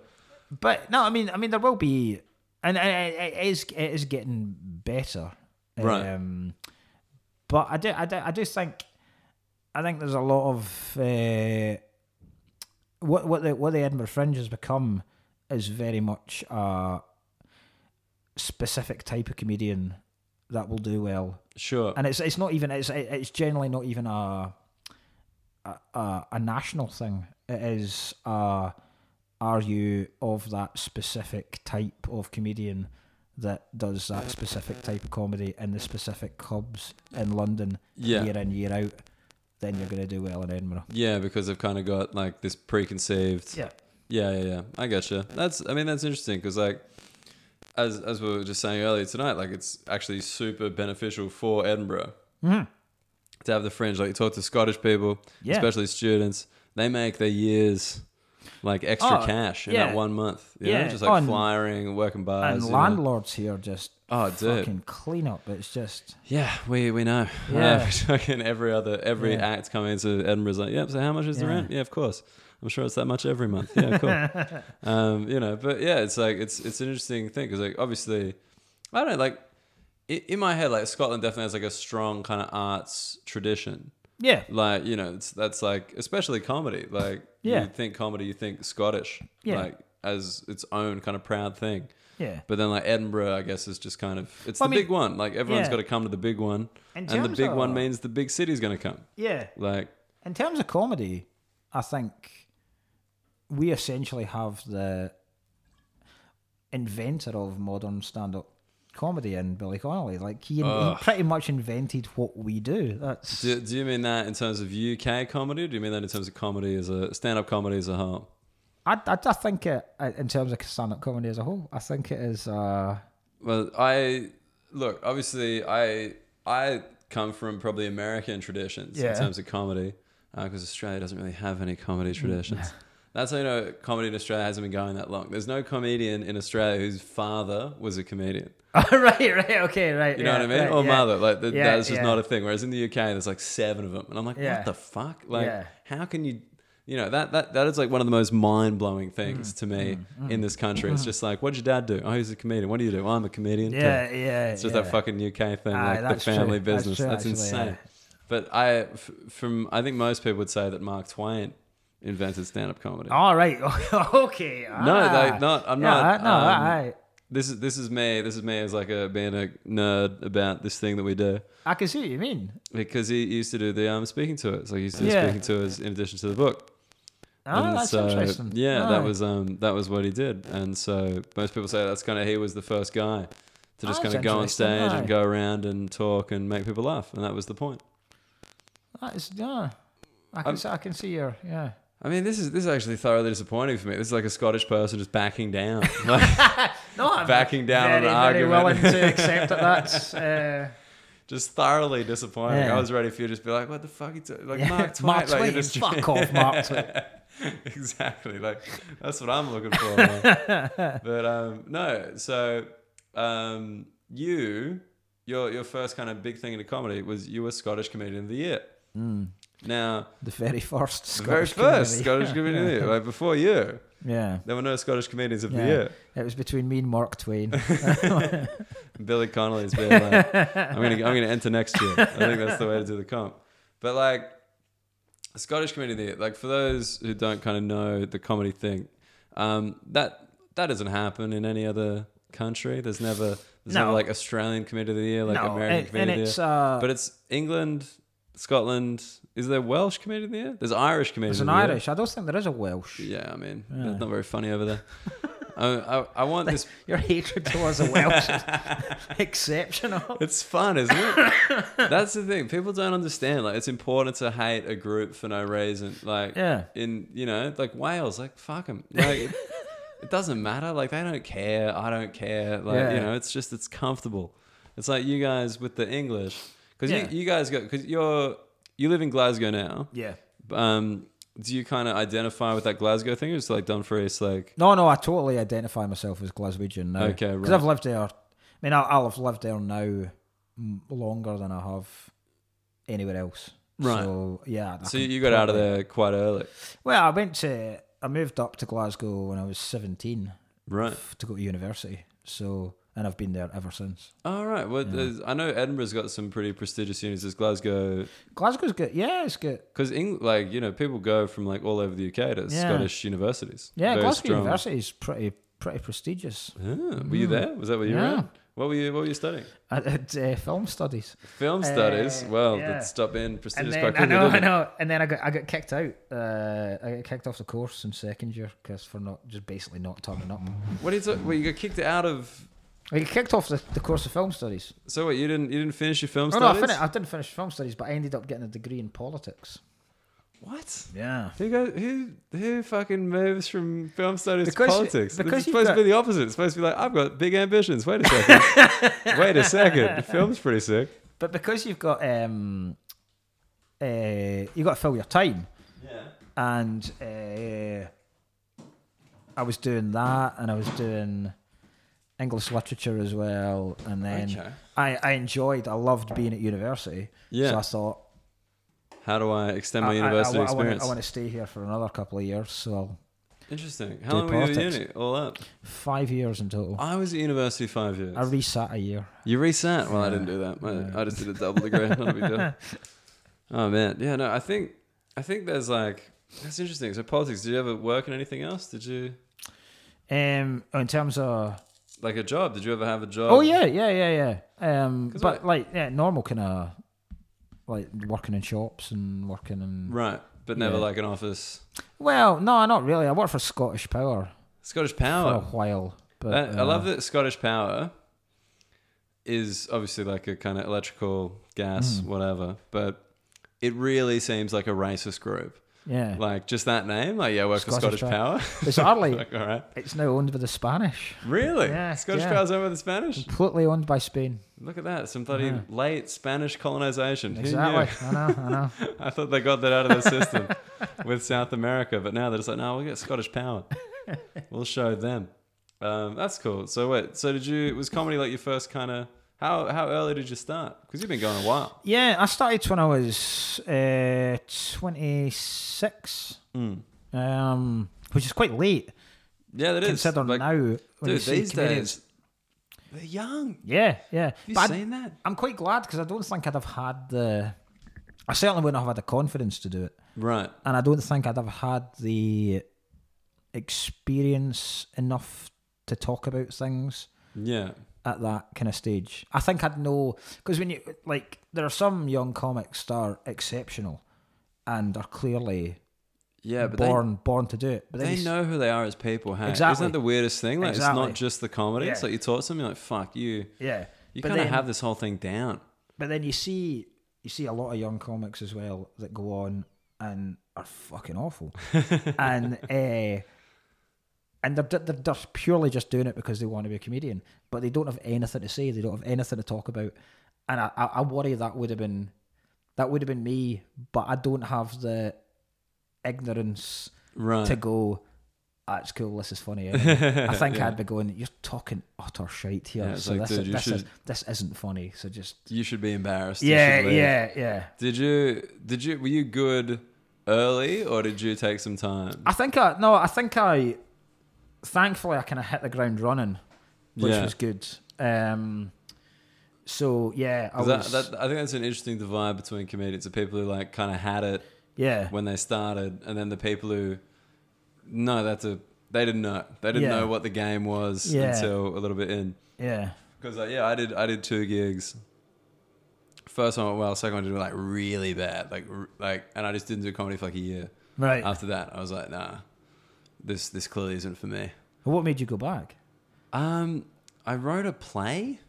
But no, I mean, I mean, there will be, and it, it it is it is getting better, Right. Um, but I do, I do, I do think, I think there's a lot of uh, what what the what the Edinburgh Fringe has become is very much a specific type of comedian that will do well Sure. and it's it's not even it's it- it's generally not even a a, a, a national thing. It is uh are you of that specific type of comedian that does that specific type of comedy in the specific clubs in London Yeah. year in year out? Then you're gonna do well in Edinburgh. Yeah, because they've kind of got like this preconceived. Yeah, Yeah, yeah, yeah. I gotcha. That's. I mean, that's interesting because like. As, as we were just saying earlier tonight, like it's actually super beneficial for Edinburgh to have the fringe. Like you talk to Scottish people, Mm-hmm. Yeah. especially students, they make their years like extra Oh, cash in yeah. that one month. You Yeah, know, just like on- flyering, working bars. and you know. landlords here just Oh, dude. fucking clean up. It's just Yeah, we we know. Yeah. Yeah, fucking every other every Yeah. act coming into Edinburgh's like, yep. So how much is the Yeah. rent? Yeah, of course. I'm sure it's that much every month. Yeah, cool. um, you know, but yeah, it's like it's it's an interesting thing because like obviously, I don't know, like i in my head like Scotland definitely has like a strong kind of arts tradition. yeah, Like you know, it's that's like especially comedy. Like Yeah. you think comedy, you think Scottish. Yeah. Like as its own kind of proud thing. yeah. But then like Edinburgh, I guess is just kind of it's Well, the I mean- big one. Like everyone's yeah. got to come to the big one, and In the terms big one of- means the big city's going to come. Yeah, Like In terms of comedy, I think we essentially have the inventor of modern stand up comedy in Billy Connolly. Like he, he Ugh. pretty much invented what we do. That's do, do you mean that in terms of UK comedy? Or do you mean that in terms of comedy as a stand-up comedy as a whole? I, I, I think it, uh, in terms of stand up comedy as a whole, I think it is uh Well, I look obviously I I come from probably American traditions Yeah. in terms of comedy because Australia doesn't really have any comedy Mm, traditions. That's how you know comedy in Australia hasn't been going that long. There's no comedian in Australia whose father was a comedian. right, right, okay, right. You know yeah, what I mean? right, or yeah. mother. Like th- Yeah, that's just yeah. not a thing. Whereas in the UK, there's like seven of them, and I'm like, Yeah. what the fuck? Like, Yeah. how can you? You know that that that is like one of the most mind blowing Mm. things to me in this country. It's just like, what did your dad do? Oh, he's a comedian. What do you do? Oh, I'm a comedian. too." Yeah, yeah. It's just yeah. that fucking UK thing, Aye, like the that's true. family That's business. true, That's, actually, insane. yeah. But I, f- from I think most people would say that Mark Twain invented stand up comedy. All right, okay. No, Oh, ah. like not. I'm yeah, not. I- No, um, I, This is this is me. This is me as like a being a nerd about this thing that we do. I can see what you mean. because he used to do the um, speaking tours. Like he used to do Yeah. speaking tours in addition to the book. Ah, And that's so, interesting. uh, Ah. Yeah, that Aye. was um, that was what he did. And so most people say that's kind of he was the first guy to just Ah, That's kind of go on interesting, stage aye. and go around and talk and make people laugh, and that was the point. That is yeah. I can I'm- see, I can see your yeah. I mean, this is this is actually thoroughly disappointing for me. This is like a Scottish person just backing down. Like, No, I'm Backing down very, on an very argument. willing to accept that that's uh, just thoroughly disappointing. Yeah. I was ready for you to just be like, "What the fuck?" You t-? Like Mark Twain. Mark like, you Twain. just- Fuck off, Mark Twain. exactly. Like that's what I'm looking for. man. but um, no, so um, you, your your first kind of big thing in a comedy was you were Scottish Comedian of the Year. Now, Hmm. The very first the Scottish very first community. Scottish Comedian of the Year, like before you, Yeah. there were no Scottish Comedians of Yeah. the Year. It was between me and Mark Twain. Billy Connolly's been like, I'm gonna I'm gonna enter next year. I think that's the way to do the comp. But like Scottish comedy, there, like for those who don't kind of know the comedy thing, um, that that doesn't happen in any other country. There's never there's No. never like Australian comedy of the year, like no, American and, comedy and of the it's year. uh, but it's England, Scotland. Is there Welsh comedy of the year? There's Irish comedy. it's of an the year. Irish. I don't think there is a Welsh. Yeah, I mean, that's not very funny over there. I, I, I want this Your hatred towards the Welsh is exceptional. It's fun, isn't it? That's the thing. People don't understand. Like, it's important to hate a group for no reason. Like, Yeah. in you know, like Wales, like fuck them. Like, it, it doesn't matter. Like, they don't care. I don't care. Like, Yeah. you know, it's just it's comfortable. It's like you guys with the English, because Yeah. you, you guys go because you're you live in Glasgow now. Yeah. Um, do you kind of identify with that Glasgow thing, or just like Dumfries? Like, No, no, I totally identify myself as Glaswegian now. Okay, Because right. I've lived there. I mean, I'll, I'll have lived there now m- longer than I have anywhere else. Right. So, yeah. I so can you got out of totally- there quite early, Well, I went to, I moved up to Glasgow when I was 17 right? to go to university. So, and I've been there ever since. All Oh, right. Well, there's I know Edinburgh's got some pretty prestigious unis. There's Glasgow, Glasgow's good. Yeah, it's good. because like you know, people go from like all over the UK to Yeah. Scottish universities. Yeah, Very Glasgow strong. University is pretty, pretty prestigious. Ah, were you there? Was that what you Yeah. were? At? What were you? What were you studying? I did uh, film studies. Film Uh, studies. Well, yeah. that stopped being and prestigious then quite I quickly. know, I didn't it? know, and then I got I got kicked out. Uh, I got kicked off the course in second year because for not just basically not turning up. What do you? Talk- well, you got kicked out of. I got kicked off the, the course of film studies. So what? You didn't? You didn't finish your film Oh no, I, studies? finished, I didn't finish film studies, but I ended up getting a degree in politics. What? Yeah, Who goes? Who? Who fucking moves from film studies Because to you- politics? because it's you've supposed got- to be the opposite. It's supposed to be like I've got big ambitions. Wait a second. Wait a second. The film's pretty sick. but because you've got um, uh, you got to fill your time, Yeah. and uh, I was doing that, and I was doing English literature as well, and then Okay. I, I enjoyed, I loved being at university. Yeah. So I thought How do I extend I- my I- I university wa- I, wanna- experience? I want to stay here for another couple of years, so I'll- Interesting. How do long were you at politics. uni? All up. five years in total. I was at university five years. I resat a year. you resat? Well, I didn't do that. I, I just did a double degree. Not a big deal. Oh man, yeah. No, I think I think there's like that's interesting. So politics. Did you ever work in anything else? Did you Um, in terms of like a job? Did you ever have a job? oh yeah, yeah, yeah, yeah. Um, 'Cause but I- like yeah, normal kind of like working in shops and working in Right, but never Yeah. like an office. well, no, not really. I worked for Scottish Power Scottish for a Power. while, but That- Oh. I uh, love that Scottish Power is obviously like a kind of electrical gas, Hmm. whatever, but it really seems like a racist group. Yeah, Like just that name, like yeah, I work for Scottish Scottish Power. bizarrely, like, all right, it's now owned by the Spanish. really? Yeah, Scottish yeah. Power's over the Spanish. Completely owned by Spain. Look at that, some bloody Yeah. late Spanish colonization. Who knew? Exactly. I know. I know. I thought they got that out of the system with South America, but now they're just like, no, we'll get Scottish Power. We'll show them. Um, that's cool. So wait, so did you? Was comedy like your first kind of? How how early did you start? Because you've been going a while. Yeah, I started when I was uh, 26, Hmm. um, which is quite late Yeah, that is. considering Like, now. When you dude, see these comedians. days, they're young. Yeah, yeah. You But I, seen that? I'm quite glad because I don't think I'd have had the. I certainly wouldn't have had the confidence to do it. Right. And I don't think I'd have had the experience enough to talk about things Yeah. at that kind of stage. I think I'd know because when you like, there are some young comics that are exceptional and are clearly Yeah, but they, born born to do it. But then they you s- know who they are as people. Hey, isn't Exactly. that the weirdest thing? Like, it's Exactly. not just the comedy. It's Yeah. like you taught something. You're like, fuck you. yeah. You but kind of then, have this whole thing down. but then you see you see a lot of young comics as well that go on and are fucking awful. and uh, and they're, they're they're purely just doing it because they want to be a comedian, but they don't have anything to say. They don't have anything to talk about, and I I, I worry that would have been that would have been me, but I don't have the ignorance Right. to go. That's cool. This is funny. anyway." I think I'd be going. You're talking utter shite here. Yeah, it's so like, this, dude, you this, is, should- this isn't funny. So just you should be embarrassed. You yeah, should leave. yeah, yeah. Did you? Did you? Were you good early, or did you take some time? I think I no. I think I. Thankfully, I kind of hit the ground running, which Yeah. was good. Um, so yeah, I 'Cause that- was that- I think that's an interesting divide between comedians: the people who like kind of had it yeah. when they started, and then the people who no, that's a they didn't know. They didn't Yeah. know what the game was Yeah. until a little bit in. Yeah. Because uh, yeah, I did I did two gigs. First one went well. Second one did like really bad. Like r- like, and I just didn't do comedy for like a year. Right. After that, I was like, nah, this this clearly isn't for me. what made you go back? Um, I wrote a play,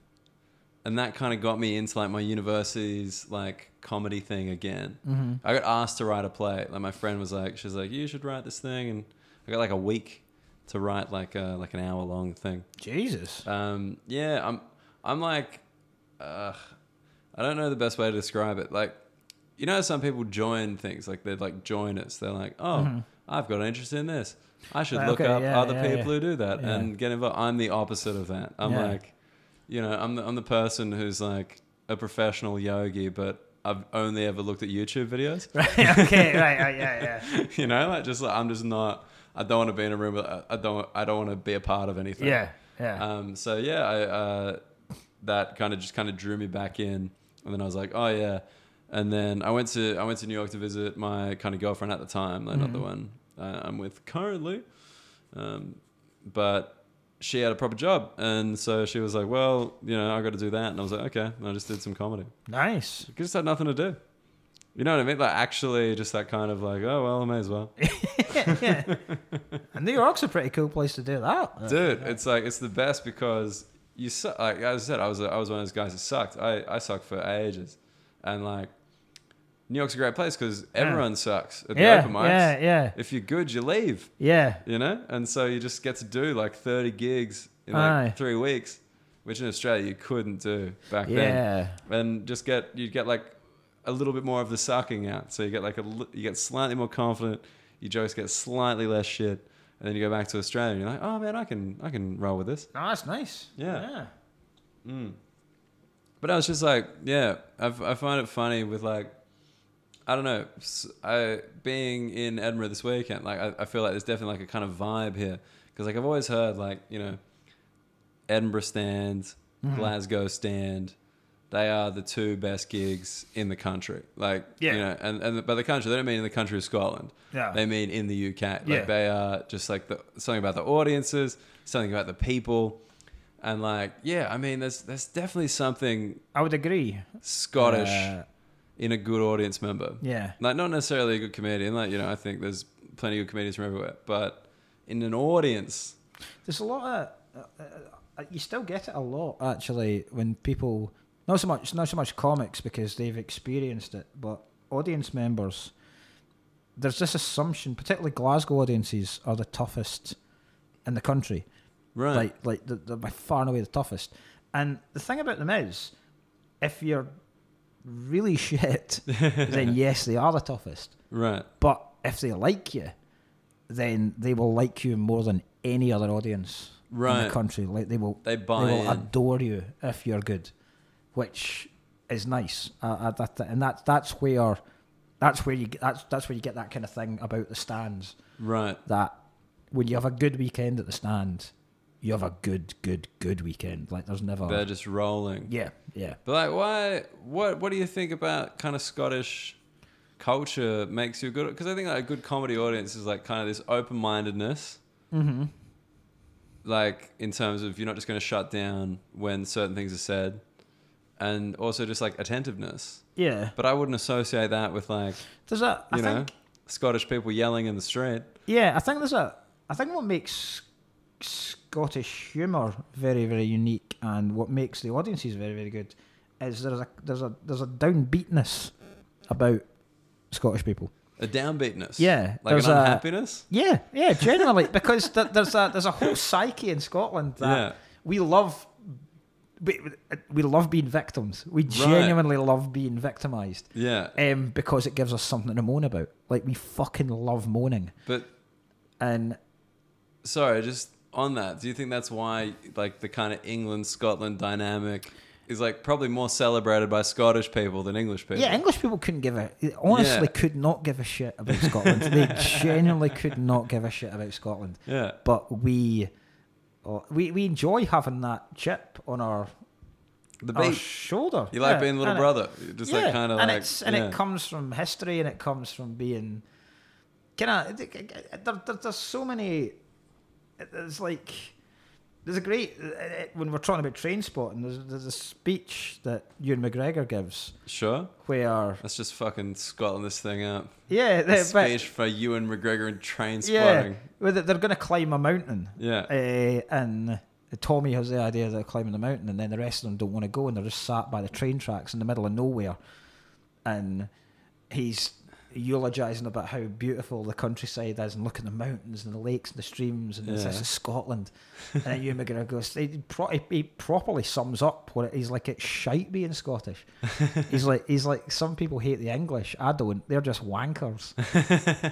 and that kind of got me into like my university's like comedy thing again. I got asked to write a play. Like my friend was like, she's like, you should write this thing, and I got like a week to write like a, like an hour long thing. Jesus. Um, yeah, I'm I'm like, uh, I don't know the best way to describe it. Like, you know, how some people join things like they're like joiners. They're like, oh, I've got an interest in this. I should Right, look Mm-hmm. okay, up yeah, other yeah, people yeah. who do that Yeah. and get involved. I'm the opposite of that. I'm Yeah. like, you know, I'm the, I'm the person who's like a professional yogi, but I've only ever looked at YouTube videos. right. Okay. Right. right yeah. Yeah. you know, like just like I'm just not. I don't want to be in a room. With, I I don't. I don't want to be a part of anything. Yeah. Yeah. Um, so yeah, I, uh, that kind of just kind of drew me back in, and then I was like, oh yeah, and then I went to I went to New York to visit my kind of girlfriend at the time, like not the one uh, I'm with currently, um, but she had a proper job, and so she was like, well, you know, I got to do that, and I was like, okay, and I just did some comedy. nice. I just had nothing to do. You know what I mean? Like actually, just that kind of like, oh well, I may as well. And New York's a pretty cool place to do that. Uh, dude it's like it's the best because you suck like as i said i was I was one of those guys that sucked i i sucked for ages and like new york's a great place because everyone sucks at the yeah, open mics yeah. Yeah. if you're good you leave Yeah. you know and so you just get to do like 30 gigs in like Aye. three weeks which in australia you couldn't do back then Yeah. and just get you get like a little bit more of the sucking out. So you get like a li- you get slightly more confident. Your jokes get slightly less shit, and then you go back to Australia. and You're like, oh man, I can I can roll with this. No, that's nice. Yeah. But I was just like, yeah, I, f- I find it funny with like, I don't know, s- I being in Edinburgh this weekend. Like, I, I feel like there's definitely like a kind of vibe here because like I've always heard like you know, Edinburgh stand, Mm-hmm. Glasgow stand, they are the two best gigs in the country. Like, Yeah. you know, and and by the country they don't mean in the country of Scotland. Yeah. They mean in the UK. Like Yeah. they are just like the, something about the audiences, something about the people, and like yeah, I mean there's there's definitely something I would agree. Scottish Uh, in a good audience member. yeah. Like not necessarily a good comedian. Like you know I think there's plenty of good comedians from everywhere, but in an audience, There's a lot of uh, uh, you still get it a lot actually when people not so much not so much comics because they've experienced it, but audience members. There's this assumption, particularly Glasgow audiences are the toughest in the country. right? Like like they're, they're by far and away the toughest. And the thing about them is, if you're really shit, then yes, they are the toughest. right. But if they like you, then they will like you more than any other audience in Right. the country. Like they will, They they buy will in. adore you if you're good, which is nice. Uh, that, and that's that's where that's where you get- that's that's where you get that kind of thing about the stands. Right. That when you have a good weekend at the stand, you have a good, good, good weekend. Like there's never, They're just rolling. yeah, yeah. But like, why? What? What do you think about kind of Scottish culture makes you good? Because I think like a good comedy audience is like kind of this open mindedness. Mm-hmm. Like in terms of you're not just going to shut down when certain things are said, and also just like attentiveness. Yeah, But I wouldn't associate that with like there's a. I you know think Scottish people yelling in the street. Yeah, I think there's a. I think what makes Scottish humour very, very unique, and what makes the audiences very, very good, is there's a there's a there's a downbeatness about Scottish people. A downbeatness. Yeah, Like there's an a- unhappiness. Yeah, yeah, genuinely, because th- there's a there's a whole psyche in Scotland that Yeah. we love. We, we love being victims. We genuinely love being victimized, Yeah. um, because it gives us something to moan about. Like we fucking love moaning, But and sorry, just on that, do you think that's why like the kind of England Scotland dynamic is like probably more celebrated by Scottish people than English people? yeah, English people couldn't give a honestly Yeah. could not give a shit about Scotland. they genuinely could not give a shit about Scotland. Yeah. But we, oh, we we enjoy having that chip on our The our beat. shoulder. You like Yeah, being little and it- brother. You're Just like kind of and like it's, and yeah. it comes from history, and it comes from being kind of there, there, there's so many. There's like there's a great uh, when we're talking about train spotting. There's there's a speech that Ewan McGregor gives sure. where Let's just fucking Scotland this thing up. yeah, A the- but- speech for you and McGregor and train yeah, spotting. where they- they're going to climb a mountain, Yeah. uh, and. Tommy has the idea that climbing the mountain, and then the rest of them don't want to go, and they're just sat by the train tracks in the middle of nowhere, and he's eulogizing about how beautiful the countryside is and look at the mountains and the lakes and the streams and this Yeah. this is Scotland. and then Ewan McGregor goes, he, pro- he properly sums up what it, he's like, it's shite being Scottish. he's like, he's like, some people hate the English. I don't. They're just wankers.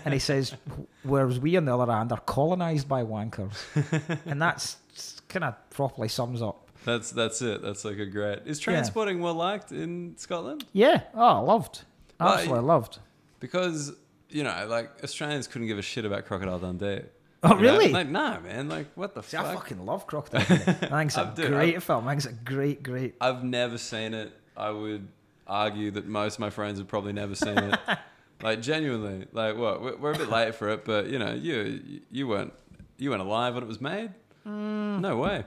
and he says, whereas we, on the other hand, are colonized by wankers. and that's kind of properly sums up. That's that's it. That's like a great. Is train Yeah. spotting well liked in Scotland? Yeah. Oh, loved. Well, Absolutely loved. Because you know, like Australians couldn't give a shit about Crocodile Dundee. You Oh, know? really? Like, nah, man. Like, what the See, fuck? I fucking love Crocodile. Dundee. I think it's I a do, great film. I think it's a great, great. I've never seen it. I would argue that most of my friends have probably never seen it. like genuinely, like what? We're, we're a bit late for it, but you know, you you weren't you weren't alive when it was made. Mm. No way.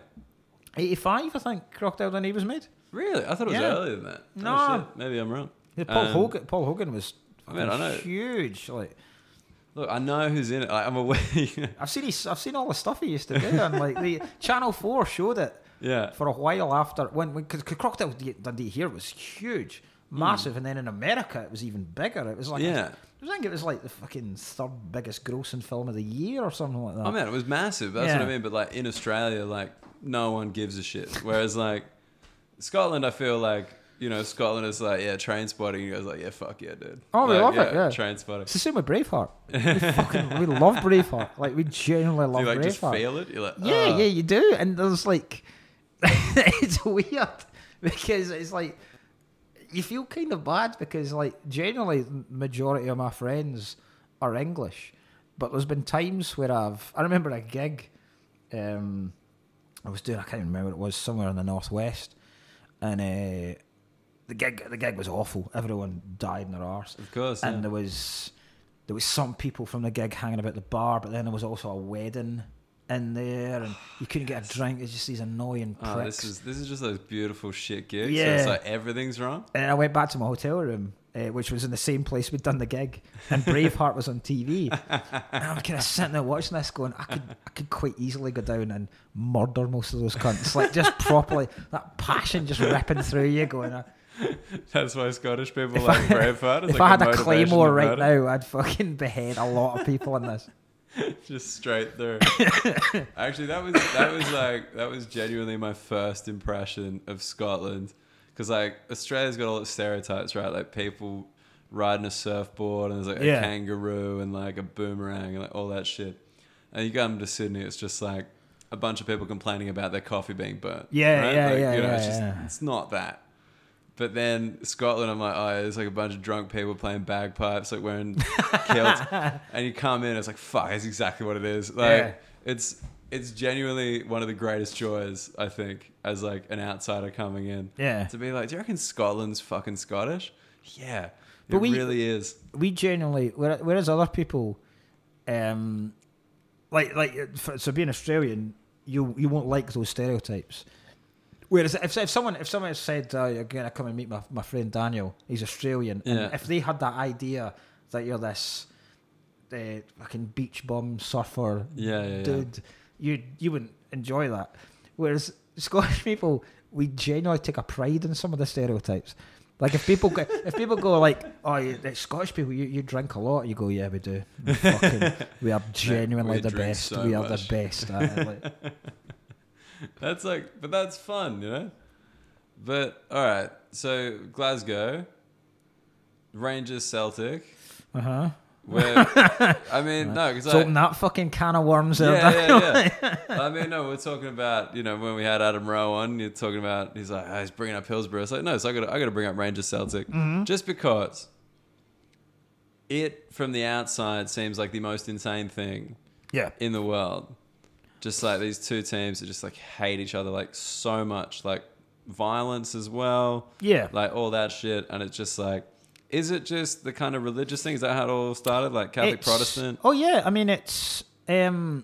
85, I think, Crocodile Dundee was made. Really? I thought it was Yeah. earlier than that. Oh, No. shit. Maybe I'm wrong. Yeah, Paul, Um, Hogan, Paul Hogan was I mean, I know. huge. Like Look, I know who's in it. Like, I'm aware. you know. I've seen his, I've seen all the stuff he used to do, and like the Channel Four showed it Yeah. for a while after when because Crocodile Dundee here was huge, massive, and then in America it was even bigger. It was like Hmm. Yeah. I think it was like the fucking third biggest grossing film of the year or something like that. Oh man, it was massive. That's what I Yeah. mean. But like in Australia, like no one gives a shit. Whereas like Scotland, I feel like you know Scotland is like yeah, train spotting. You guys are like yeah, fuck yeah, dude. Oh, they Like, love it, yeah. train spotting. it's the same with Braveheart. We fucking we love Braveheart. Like we genuinely Do love you like just Braveheart. feel it? You're like Yeah, "Oh." yeah, you do. And there's like, it's weird because it's like you feel kind of bad because like generally the majority of my friends are English, but there's been times where I've I remember a gig, um, I was doing I can't even remember what it was somewhere in the northwest, and uh, the gig the gig was awful. Everyone died in their arse Of course. and there was there was some people from the gig hanging about the bar, but then there was also a wedding in there, and you couldn't get a drink. It's just these annoying yeah. pricks. Oh, this is this is just those beautiful shit gigs. Yeah. Yeah. It's like everything's wrong. and then I went back to my hotel room, uh, which was in the same place we'd done the gig, and Braveheart was on TV, and I'm kind of sitting there watching this, going, I could I could quite easily go down and murder most of those cunts, like just properly that passion just ripping through you, going. "I- That's why Scottish people like Braveheart. It's If like I had a motivation claymore right about it. now, I'd fucking behead a lot of people in this. just straight through. Actually, that was that was like that was genuinely my first impression of Scotland, because like Australia's got all its stereotypes, right? Like people riding a surfboard and there's like Yeah. a kangaroo and like a boomerang and like all that shit. And you come to Sydney, it's just like a bunch of people complaining about their coffee being burnt. Yeah, yeah, yeah, yeah, it's, yeah. it's not that. But then Scotland, I'm like, oh, yeah, there's like a bunch of drunk people playing bagpipes, like wearing kilts, and you come in, it's like, fuck, that's exactly what it is. Like, Yeah. it's it's genuinely one of the greatest joys I think as like an outsider coming in. Yeah. to be like, do you reckon Scotland's fucking Scottish? Yeah, But it we- really is. we generally whereas whereas other people um like like for, so being australian you you won't like those stereotypes whereas if, if someone if someone said uh, you're gonna come and meet my, my friend daniel he's australian Yeah. and if they had that idea that you're this uh, fucking beach bum surfer Yeah, yeah, yeah. dude you you wouldn't enjoy that whereas scottish people we genuinely take a pride in some of the stereotypes Like if people go, if people go like, oh, you, the Scottish people, you, you drink a lot. You go, yeah, we do. We, fucking, we are genuinely we the drink best. so we are the much." best. At it. Like, That's like, but that's fun, you know? But, all right. So, Glasgow, Rangers, Celtic. uh huh. Where, I mean, no, because So I. open that fucking can of worms there. yeah, Dan. yeah, yeah. I mean, no, we're talking about you know when we had Adam Rowe on. You're talking about he's like oh, he's bringing up Hillsborough. It's like no, so I got to I got to bring up Rangers Celtic Mm-hmm. just because it from the outside seems like the most insane thing yeah. in the world. Just like these two teams that just like hate each other like so much, like violence as well, Yeah. like all that shit. And it's just like, is it just the kind of religious thing? Is that how it all started? Like Catholic It's- Protestant? Oh yeah, I mean it's um,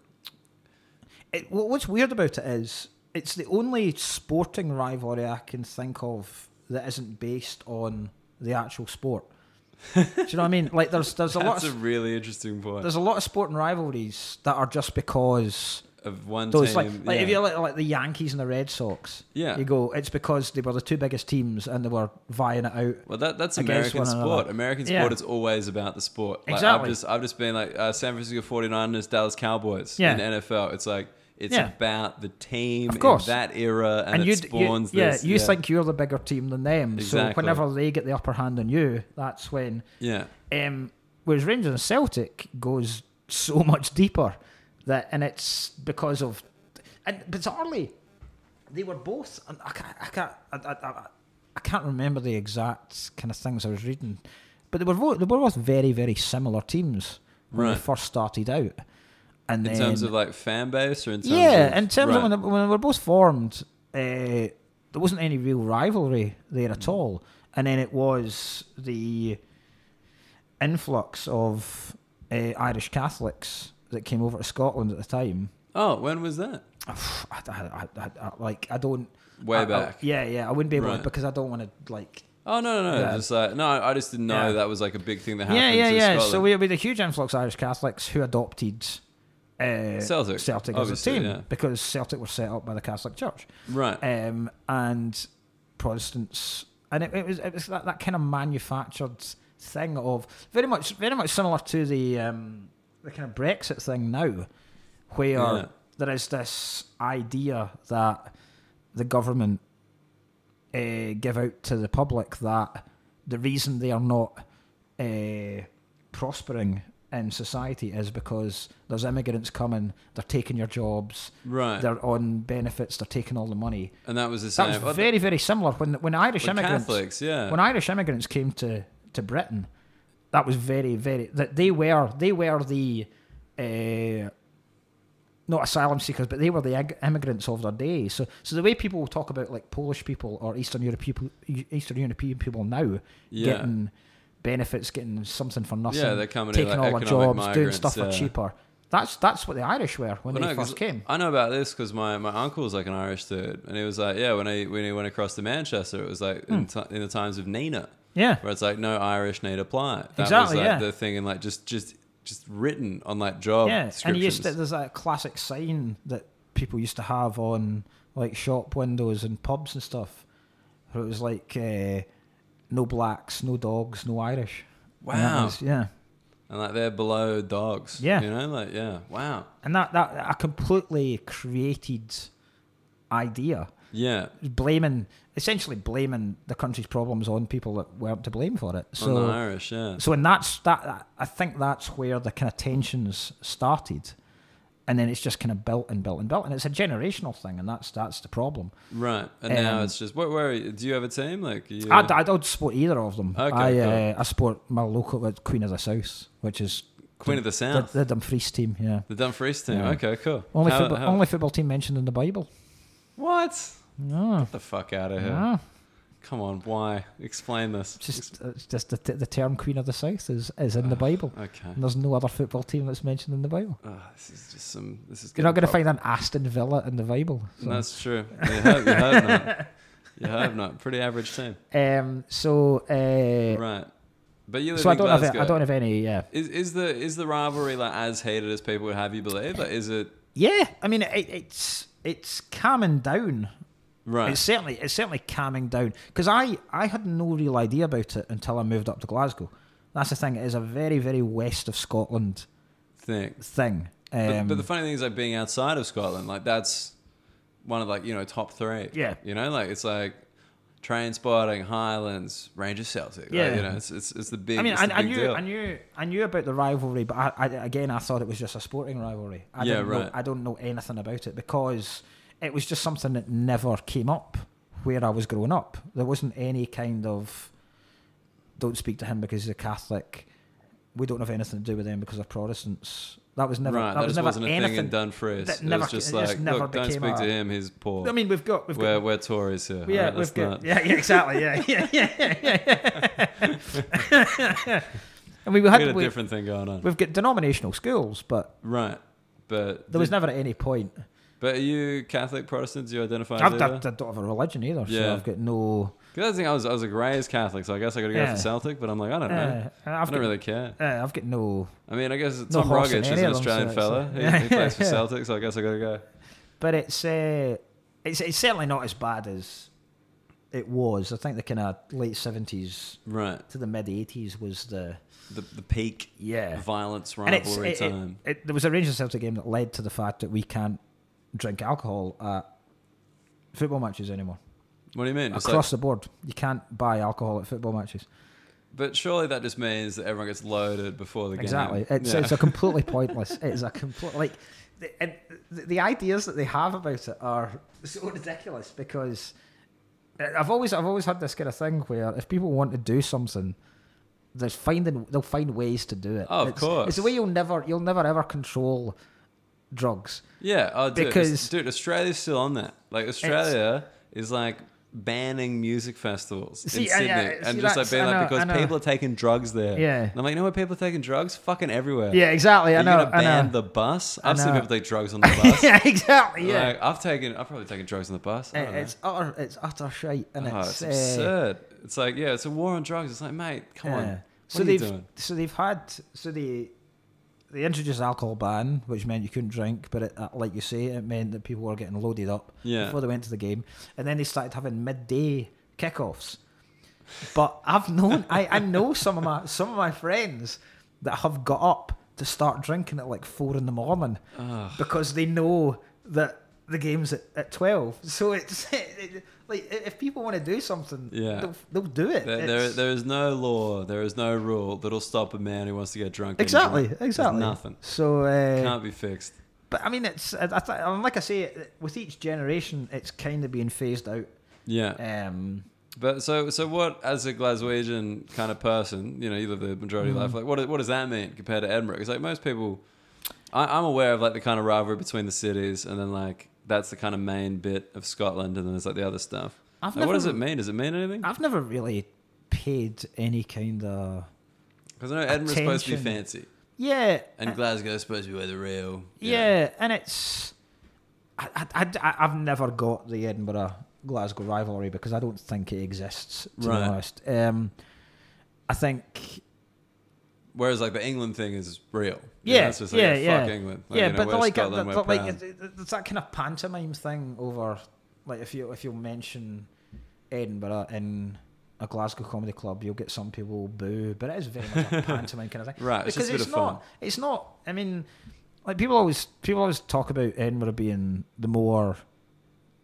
it, wha- what's weird about it is it's the only sporting rivalry I can think of that isn't based on the actual sport. Do you know what I mean? Like there's there's a lot That's a of, really interesting point. there's a lot of sporting rivalries that are just because of one those team. like like if yeah. you look at, like the Yankees and the Red Sox, Yeah. you go it's because they were the two biggest teams and they were vying it out. well, that, that's against American one another. sport. American Yeah. sport is always about the sport. Like, Exactly. I've just, I've just been like uh, San Francisco 49ers, Dallas Cowboys Yeah. in NFL. It's like, it's Yeah. about the team Of course. in that era and, And, it you'd- you, spawns yeah, this. you think you're the bigger team than them. So Exactly. whenever they get the upper hand on you, that's when. Yeah. Um, whereas Rangers and Celtic goes so much deeper that, and it's because of, and bizarrely, they were both. and I can't, I can't, I, I, I, I can't remember the exact kind of things I was reading, but they were both, they were both very very similar teams when Right. they first started out, and In then terms of like fan base or in terms yeah, of, in terms of Right. when they, when they were both formed, uh, there wasn't any real rivalry there Mm. at all. And then it was the influx of uh, Irish Catholics that came over to Scotland at the time. Oh, when was that? I, I- I- I- I- like I don't Way I- I- back. yeah, yeah. I wouldn't be able to Right. because I don't want to like. Oh no, no, no. Yeah. Just like no, I just didn't know Yeah. that was like a big thing that happened. Yeah, yeah, to yeah. Scotland. So we had a huge influx of Irish Catholics who adopted uh, Celtic, Celtic as a obviously, team yeah. because Celtic were set up by the Catholic Church. right. um, and Protestants, and it, it was it was that, that kind of manufactured thing of very much very much similar to the um, the kind of Brexit thing now, where Yeah. there is this idea that the government uh, give out to the public that the reason they are not uh, prospering in society is because there's immigrants coming, they're taking your jobs, right. they're on benefits, they're taking all the money. and that was the same. That was Oh, very, very similar when when Irish with immigrants Catholics, yeah. when Irish immigrants came to, to Britain, that was very, very that they were they were the uh, not asylum seekers, but they were the ig- immigrants of their day. So, so the way people talk about like Polish people or Eastern European people- E, Eastern European people now Yeah. getting benefits, getting something for nothing, Yeah, they're coming in taking like all their jobs, economic doing migrants, stuff yeah. for cheaper. That's that's what the Irish were when Well, they no, 'cause first came. I know about this because my, my uncle was like an Irish dude, and he was like, yeah, when he when he went across to Manchester, it was like Hmm. in, ti in the times of Nina, Yeah, where it's like no Irish need apply. That Exactly, was like yeah. the thing, and like just just just written on like job yeah, and you used to, descriptions. there's that classic sign that people used to have on like shop windows and pubs and stuff, where it was like uh, no blacks, no dogs, no Irish. And that Wow. was- yeah, and like they're below dogs. Yeah. you know, like yeah, wow, and that that a completely created idea, yeah. blaming essentially blaming the country's problems on people that weren't to blame for it. So on the Irish, yeah. So, and that's that. I think that's where the kind of tensions started, and then it's just kind of built and built and built, and it's a generational thing, and that's that's the problem. Right, and now Um, it's just where, where are you? do you have a team? Like you, I d- I, don't support either of them. Okay, I uh, I support my local uh, Queen of the South, which is Queen of the the, South, the Dumfries team. Yeah, the Dumfries team. Yeah. Okay, cool. only How- football, how- only football team mentioned in the Bible. what? No, Get the fuck out of here! no. Come on, why? Explain this. It's just it's just the, t- the term Queen of the South is is Ah. in the Bible. Okay. And there's no other football team that's mentioned in the Bible. Oh, this is just some. This is You're not going getting to find an Aston Villa in the Bible. prob- so. That's true. You hope, you hope not. You hope not. Pretty average team, Um, so, uh, right? But you live so I in don't Glasgow. have I don't have any. Yeah, Is is the is the rivalry like as hated as people would have you believe? Like, is it yeah. I mean, it, it's it's calming down Right. It's certainly it's certainly calming down because I I had no real idea about it until I moved up to Glasgow. That's the thing. It is a very very west of Scotland thing. thing. But, Um, but the funny thing is, like being outside of Scotland, like that's one of like you know top three. Yeah. You know, like it's like train spotting, Highlands, Rangers, Celtic. Yeah. Yeah. you know, it's it's, it's the big. I mean, it's I, the I big knew deal. I knew I knew about the rivalry, but I, I, again I thought it was just a sporting rivalry. I Yeah, don't Know, right. I don't know anything about it because it was just something that never came up where I was growing up. There wasn't any kind of don't speak to him because he's a Catholic. We don't have anything to do with them because they're Protestants. That was never right, that, that was just never wasn't a anything. thing in Dunfries. that It never- was just it just like, never look, don't became speak a- to him. He's poor. I mean, we've got we've we're got we're Tories here. yeah, alright, we've let's got not- yeah, yeah, exactly, yeah, yeah, yeah, yeah. I mean, we had we got a we- different thing going on. We've got denominational schools, but Right. But there was did- never at any point. But are you Catholic, Protestant? Do you identify as I've, either? I, I don't have a religion either, so Yeah. I've got no. 'Cause I think I was I was like raised Catholic, so I guess I got to go Yeah. for Celtic. But I'm like, I don't know. Uh, I I've don't got, really care. uh, I've got no. I mean, I guess Tom horse Rogic in is any an of them, Australian so it's fella. like- He, he plays for Yeah. Celtic, so I guess I got to go. But it's uh, it's it's certainly not as bad as it was. I think the kind of late seventies Right. to the mid eighties was the The, the peak yeah. violence And it's rivalry it, it, time. it- there was a Rangers Celtic game that led to the fact that we can't drink alcohol at football matches anymore. what do you mean? It's like, Across the board, you can't buy alcohol at football matches. but surely that just means that everyone gets loaded before the game. Exactly. It's, Yeah. it's a completely pointless. It is a complete like, the, and the, the ideas that they have about it are so ridiculous because uh, I've always I've always had this kind of thing where if people want to do something, they're finding they'll find ways to do it. Oh, of It's- course. It's the way you'll never you'll never ever control drugs. yeah. Oh, dude, Because- because dude, Australia's still on that. Like Australia is like banning music festivals See, in and Sydney, yeah, see, and just like that's- being I know, like I because know. people are taking drugs there. Yeah. And I'm like, you know where people are taking drugs? Fucking everywhere. Yeah, exactly. Are I you know. gonna I ban know. the bus? I I've seen know. people take drugs on the bus. yeah, exactly. Yeah. Like, I've taken, I've probably taken drugs on the bus. I It- don't know. it's utter it's utter shite and Oh, it's, it's, uh, absurd. It's like, yeah, it's a war on drugs. It's like, mate, come on. Yeah. What so are you they've doing? so they've had so they they introduced an alcohol ban, which meant you couldn't drink, but it, uh, like you say, it meant that people were getting loaded up Yeah. before they went to the game, and then they started having midday kickoffs. But I've known I, I know some of my some of my friends that have got up to start drinking at like four in the morning Ugh. because they know that the game's at, at twelve. So it's like if people want to do something, Yeah. they'll, they'll do it. There, there, It's- there is no law, there is no rule that'll stop a man who wants to get drunk. getting Exactly, drunk. There's exactly. nothing. So, uh, Can't be fixed. but I mean, it's I, I th- and like I say, with each generation, it's kind of being phased out. Yeah. Um, But so, so what, as a Glaswegian kind of person, you know, you live the majority of your Mm. life, like, what, what does that mean compared to Edinburgh? Because, like, most people, I, I'm aware of, like, the kind of rivalry between the cities, and then, like, that's the kind of main bit of Scotland, and then there's, like, the other stuff. I've Like, what does never- it mean? Does it mean anything? I've never really paid any kind of Because I know Edinburgh's supposed to be Attention. fancy. yeah, And Glasgow's supposed to be where the real. you know. yeah, and it's I, I, I, I've never got the Edinburgh Glasgow rivalry because I don't think it exists. To Right. be honest, um, I think Whereas like the England thing is real. You Yeah, know, it's just like, yeah, fuck yeah. England. Like, yeah, you know, but we're they're like, Scotland, they're we're like proud. it's that kind of pantomime thing over, like if you if you mention Edinburgh in a Glasgow comedy club, you'll get some people boo, but it is very much a pantomime kind of thing. Right, it's just because a bit it's of not, it's not. I mean, like people always people always talk about Edinburgh being the more,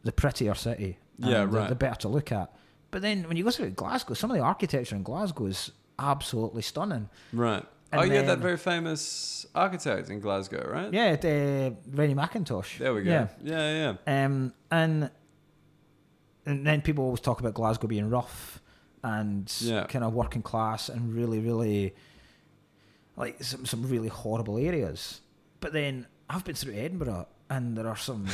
the prettier city, and Yeah, the, right. the better to look at. But then when you go through Glasgow, some of the architecture in Glasgow is absolutely stunning. Right. And oh, you had that then- very famous architect in Glasgow, right? Yeah, the, Rennie McIntosh. Uh, There we go. Yeah. Yeah, yeah. Um, and and then people always talk about Glasgow being rough and Yeah. kind of working class and really, really like some some really horrible areas. But then I've been through Edinburgh and there are some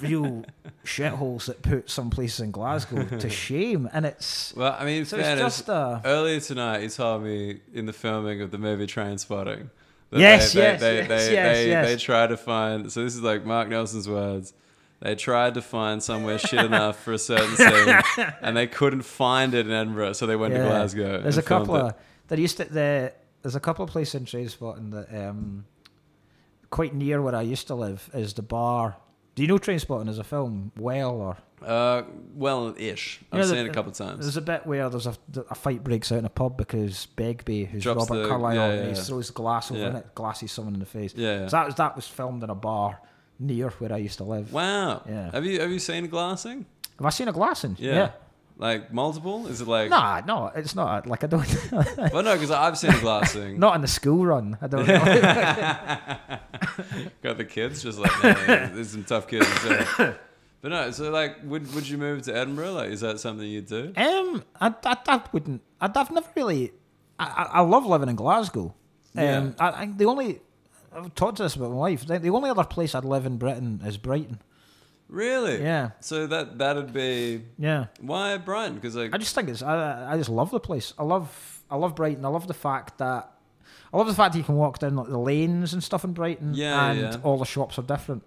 real shitholes that put some places in Glasgow to shame, and it's Well, I mean, in so it's fairness, just uh, a earlier tonight you told me in the filming of the movie Trainspotting. that Yes, they, yes, they, yes, they, yes, they, yes. they tried to find. So this is like Mark Nelson's words. They tried to find somewhere shit enough for a certain scene, and they couldn't find it in Edinburgh, so they went to Yeah. Glasgow. There's and a couple filmed of there used to the there's a couple of places in Trainspotting that um quite near where I used to live is the bar Do you know Train Spotting as a film well or? Uh, well, ish. I've You know, seen the- it a couple of There's times. a bit where there's a, a fight breaks out in a pub because Begbie, who's Drops Robert the- Carlyle, yeah, yeah, he yeah. throws glass over Yeah. and it glasses someone in the face. Yeah. So that was that was filmed in a bar near where I used to live. Wow. Yeah. Have you have you seen glassing? Have I seen a glassing? Yeah. Like multiple? Is it like? Nah, no, it's not like I don't Well, no, because I've seen glassing. not in the school run. I don't know. Got the kids just like, "Nah, there's some tough kids. So. But no, so like, would would you move to Edinburgh? Like, is that something you'd do? Um, I, I, I wouldn't. I, I've never really. I, I I love living in Glasgow. Um, Yeah. I, I, the only I've talked to this about my wife. The, the only other place I'd live in Britain is Brighton. Really? Yeah, So that that'd be yeah. why Brighton? Because like, I just think it's. I, I- I just love the place. I love. I love Brighton. I love the fact that. I love the fact that you can walk down like the lanes and stuff in Brighton, Yeah, and yeah. all the shops are different.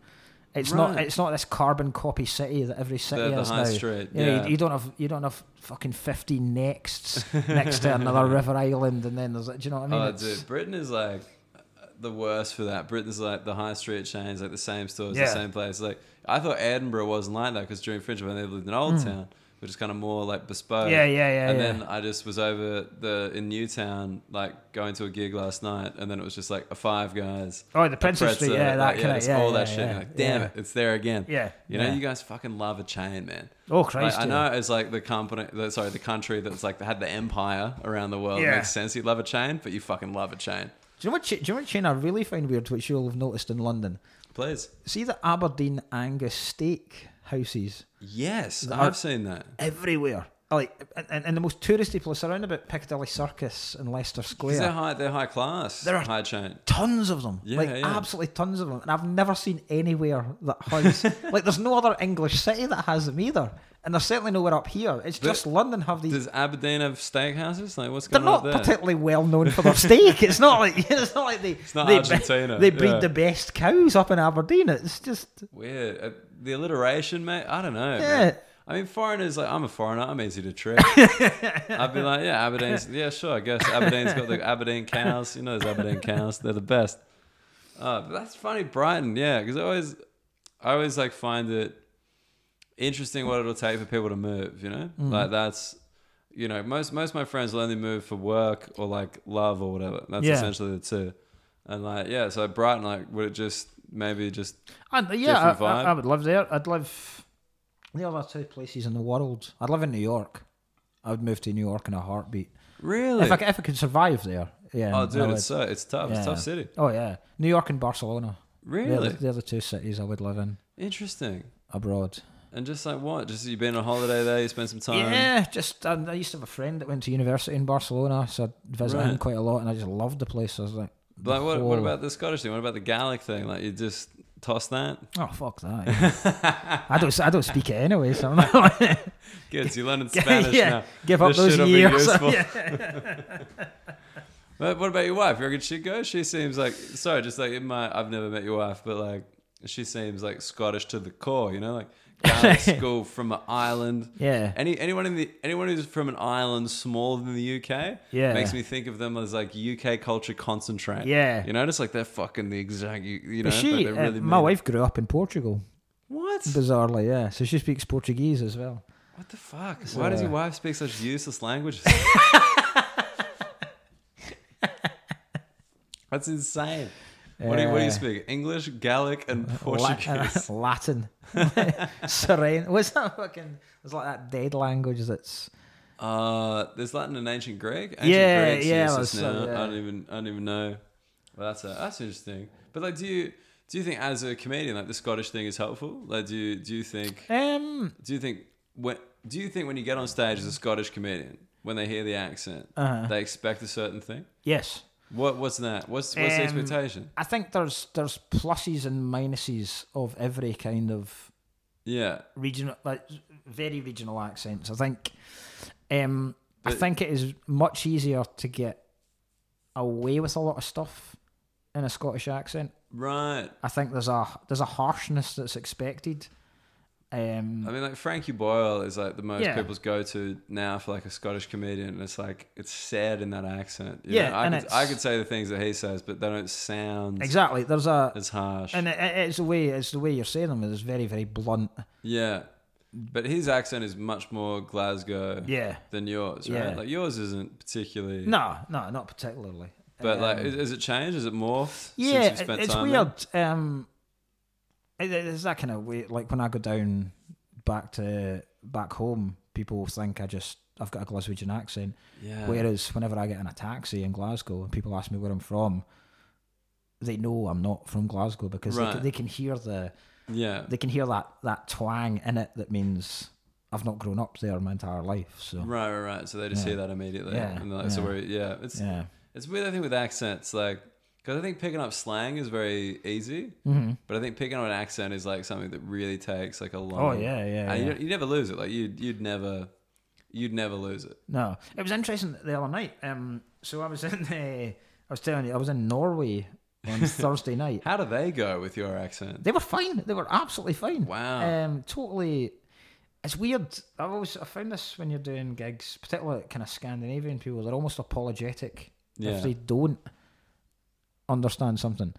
It's not. Right. It's not this carbon copy city that every city the is high now. street, Yeah, yeah. You, you don't have. You don't have fucking fifty nexts next to another river island, and then there's. Do you know what I mean? oh, It's- dude, Britain is like the worst for that. Britain's like the high street chains, like the same stores, Yeah. the same place. Like, I thought Edinburgh wasn't like that because during Fringe, when they lived in Old Town, which is kind of more like bespoke. Hmm. Yeah, yeah, yeah, And yeah. then I just was over the in Newtown, like going to a gig last night, and then it was just like a Five Guys. Oh, the a Princess Street, yeah, that like, kinda- just yeah, all that yeah, shit. yeah, You're like, damn yeah. it, it's there again. Yeah, You know, yeah. you guys fucking love a chain, man. Oh, Christ, Like, I yeah. know it's like the company, the, sorry, the country that's like had the empire around the world. Yeah. It makes sense. You love a chain, but you fucking love a chain. do you know what? cha- Do you know what chain I really find weird, which you'll have noticed in London? Please. See the Aberdeen Angus steak houses. Yes, are- I've seen Oh, that. everywhere. Like, and- and, and the most touristy place around about Piccadilly Circus and Leicester 'Cause Square. They're high. They're high class. There are- high chain. tons of them. Yeah, like, yeah. absolutely tons of them. And I've never seen anywhere that has. like, there's no other English city that has them either. And there's certainly nowhere up here. It's But just London have these. Does Aberdeen have steakhouses? Like, what's They're going not on up there? particularly well known for their steak. It's not like it's not like they not they, Argentina, they breed yeah. the best cows up in Aberdeen. It's just Weird. Uh, The alliteration, mate. I don't know. Yeah. man. I mean, foreigners. Like, I'm a foreigner. I'm easy to trick. I'd be like, yeah, Aberdeen's. Yeah, sure. I guess Aberdeen's got the Aberdeen cows. You know, there's Aberdeen cows. They're the best. Uh, but that's funny, Brighton. Yeah, because I always, I always like find it interesting what it'll take for people to move. You know, Mm. like that's. You know, most most of my friends will only move for work or like love or whatever. That's Yeah. essentially the two. And like, yeah, so Brighton, like, would it just maybe just And yeah, Different I, vibe. I, I would live there. I'd live the other two places in the world. I'd live in New York. I would move to New York in a heartbeat. really? If I c- if I could survive there, yeah. Oh, I dude, would. it's so it's tough. It's a tough Yeah. city. oh yeah, New York and Barcelona. They're Really the, they're the two cities I would live in interesting. abroad. And just like what? Just you've been on holiday there. You spent some time. yeah, just um, I used to have a friend that went to university in Barcelona, so I'd visit him Right. quite a lot, and I just loved the place. I was like, But like, what, Whoa. what about the Scottish thing? What about the Gaelic thing? Like you just toss that. oh fuck that. I don't I don't speak it anyway, so I'm not. Kids, you learning Spanish yeah, now. give up This those shit'll be years. useful. Yeah. But what about your wife? You reckon she goes? She seems like sorry, just like in my I've never met your wife, but like she seems like Scottish to the core. You know, like Gaelic school from an island. Yeah. Any anyone in the anyone who's from an island smaller than the UK, Yeah. makes me think of them as like UK culture concentrate. Yeah. you know, just like they're fucking the exact. You, you know, But she, like uh, they're really my mean. wife grew up in Portugal, What? bizarrely, yeah. So she speaks Portuguese as well. What the fuck? Why uh, does your wife speak such useless languages? That's insane. What do you What do Uh, you speak? English, Gaelic, and La- uh, Portuguese. Latin. Serene. What's that fucking? It's like that dead language that's. Uh, there's Latin and ancient Greek. Ancient Yeah, Greek's yeah, useless that's so- now. yeah. I don't even I don't even know. Well, that's uh that's interesting. But like, do you do you think as a comedian, like the Scottish thing is helpful? Like, do you do you think Um, do you think when do you think when you get on stage as a Scottish comedian, when they hear the accent, Uh-huh. they expect a certain thing? yes. What what's that? What's what's the Um, expectation? I think there's there's pluses and minuses of every kind of Yeah, regional, like very regional accents. I think, um, I But- think it is much easier to get away with a lot of stuff in a Scottish accent. right. I think there's a there's a harshness that's expected, Um, I mean, like Frankie Boyle is like the most Yeah. people's go-to now for like a Scottish comedian, and it's like it's said in that accent. you Yeah, know? I and could, it's- I could say the things that he says, but they don't sound exactly. There's a as harsh. and it, it- it's the way it's the way you're saying them. It's very very blunt. yeah, but his accent is much more Glasgow Yeah. than yours, right? Yeah. Like yours isn't particularly. No, no, not particularly. But like, Um, is, is it changed? Is it morphed? yeah, since you it- spent it's time there? weird. Um, it, it- it's that kind of way. Like when I go down back to back home, people think I just I've got a Glaswegian accent. Yeah. Whereas whenever I get in a taxi in Glasgow and people ask me where I'm from, they know I'm not from Glasgow because they, Right. can, they can hear the yeah. they can hear that that twang in it that means I've not grown up there my entire life. So Right, right, right. So they just Yeah. hear that immediately, Yeah, and they're like, so yeah. we're yeah. It's yeah, It's weird, I think, with accents, like, because I think picking up slang is very easy, Mm-hmm. but I think picking up an accent is like something that really takes like a oh long. yeah, yeah. And yeah. You, don't- you never lose it. Like you, you'd never, you'd never lose it. No, it was interesting the other night. Um, so I was in the, I was telling you, I was in Norway on Thursday night. How do they go with your accent? They were fine. They were absolutely fine. Wow. Um, totally. It's weird. I've always I found this when you're doing gigs, particularly kind of Scandinavian people. They're almost apologetic Yeah. if they don't understand something.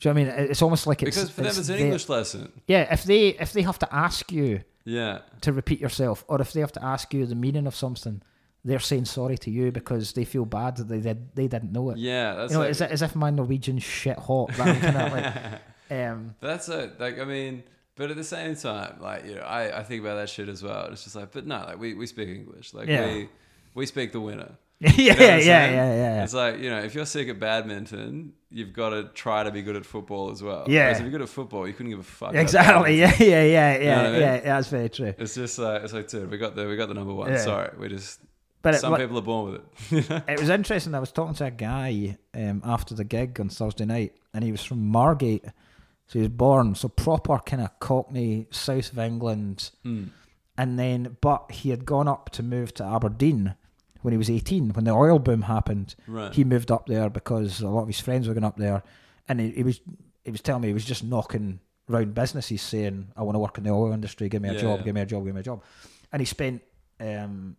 Do you know what I mean? It- It's almost like it's Because for them, it's, an their- English lesson. Yeah, if they if they have to ask you Yeah. to repeat yourself, or if they have to ask you the meaning of something, they're saying sorry to you because they feel bad that they did, they didn't know it. Yeah. That's you know, like, it's as, if my Norwegian shit hot. That I'm kind of like, um, that's it. Like, I mean, but at the same time, like, you know, I, I think about that shit as well. It's just like, but no, like, we, we speak English. Like, Yeah. we, we speak the winner. yeah, You know what yeah, yeah, I'm yeah, saying? yeah, It's like, you know, if you're sick at badminton, you've got to try to be good at football as well. Yeah. Whereas if you're good at football, you couldn't give a fuck. about Exactly. badminton. Yeah, yeah, yeah, yeah, what I mean? yeah. That's very true. It's just like, it's like, dude, we got the, we got the number one. Yeah. Sorry. We just, But it, some like, people are born with it. it was interesting. I was talking to a guy um, after the gig on Thursday night, and he was from Margate, so he was born so proper kind of Cockney, south of England. Mm. and then but he had gone up to move to Aberdeen when he was 18 when the oil boom happened Right. he moved up there because a lot of his friends were going up there and he, he was he was telling me he was just knocking round businesses saying I want to work in the oil industry give me a Yeah, job yeah. give me a job give me a job and he spent um,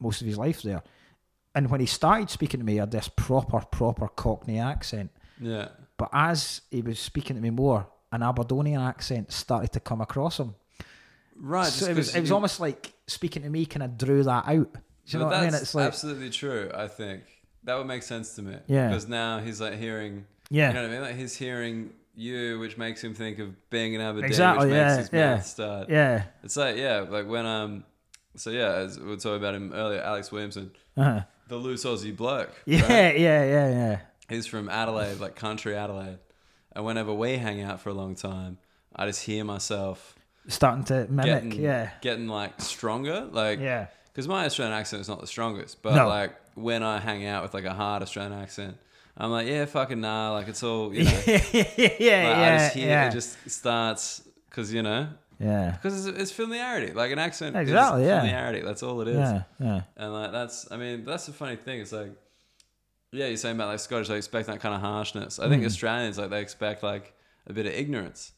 most of his life there and when he started speaking to me he had this proper proper cockney accent yeah. but as he was speaking to me more an Aberdonian accent started to come across him Right. just so it was 'cause it was you- almost like speaking to me kind of drew that out. Do you But know what I mean? that's It's like absolutely true. I think that would make sense to me. Yeah. Because now he's like hearing, yeah, you know what I mean? Like he's hearing you, which makes him think of being in Aberdeen, Exactly, which yeah, makes his yeah. mouth start. yeah, It's like yeah, like when um, so yeah, as we were talking about him earlier, Alex Williamson, uh-huh. the loose Aussie bloke. yeah, right? yeah, yeah, yeah. he's from Adelaide, like country Adelaide, and whenever we hang out for a long time, I just hear myself Starting to mimic. getting yeah, getting like stronger, like yeah, because my Australian accent is not the strongest, but No. like when I hang out with like a hard Australian accent. I'm like, yeah, fucking nah, like it's all, you know. like, yeah, yeah, I yeah, just hear yeah. it just starts, because, you know, yeah, because it's, it's familiarity. Like an accent Exactly, is yeah. familiarity. That's all it is. yeah, yeah. And like that's, I mean, that's the funny thing. It's like, yeah, you're saying about like Scottish, they expect that kind of harshness. I think Hmm. Australians like they expect like a bit of ignorance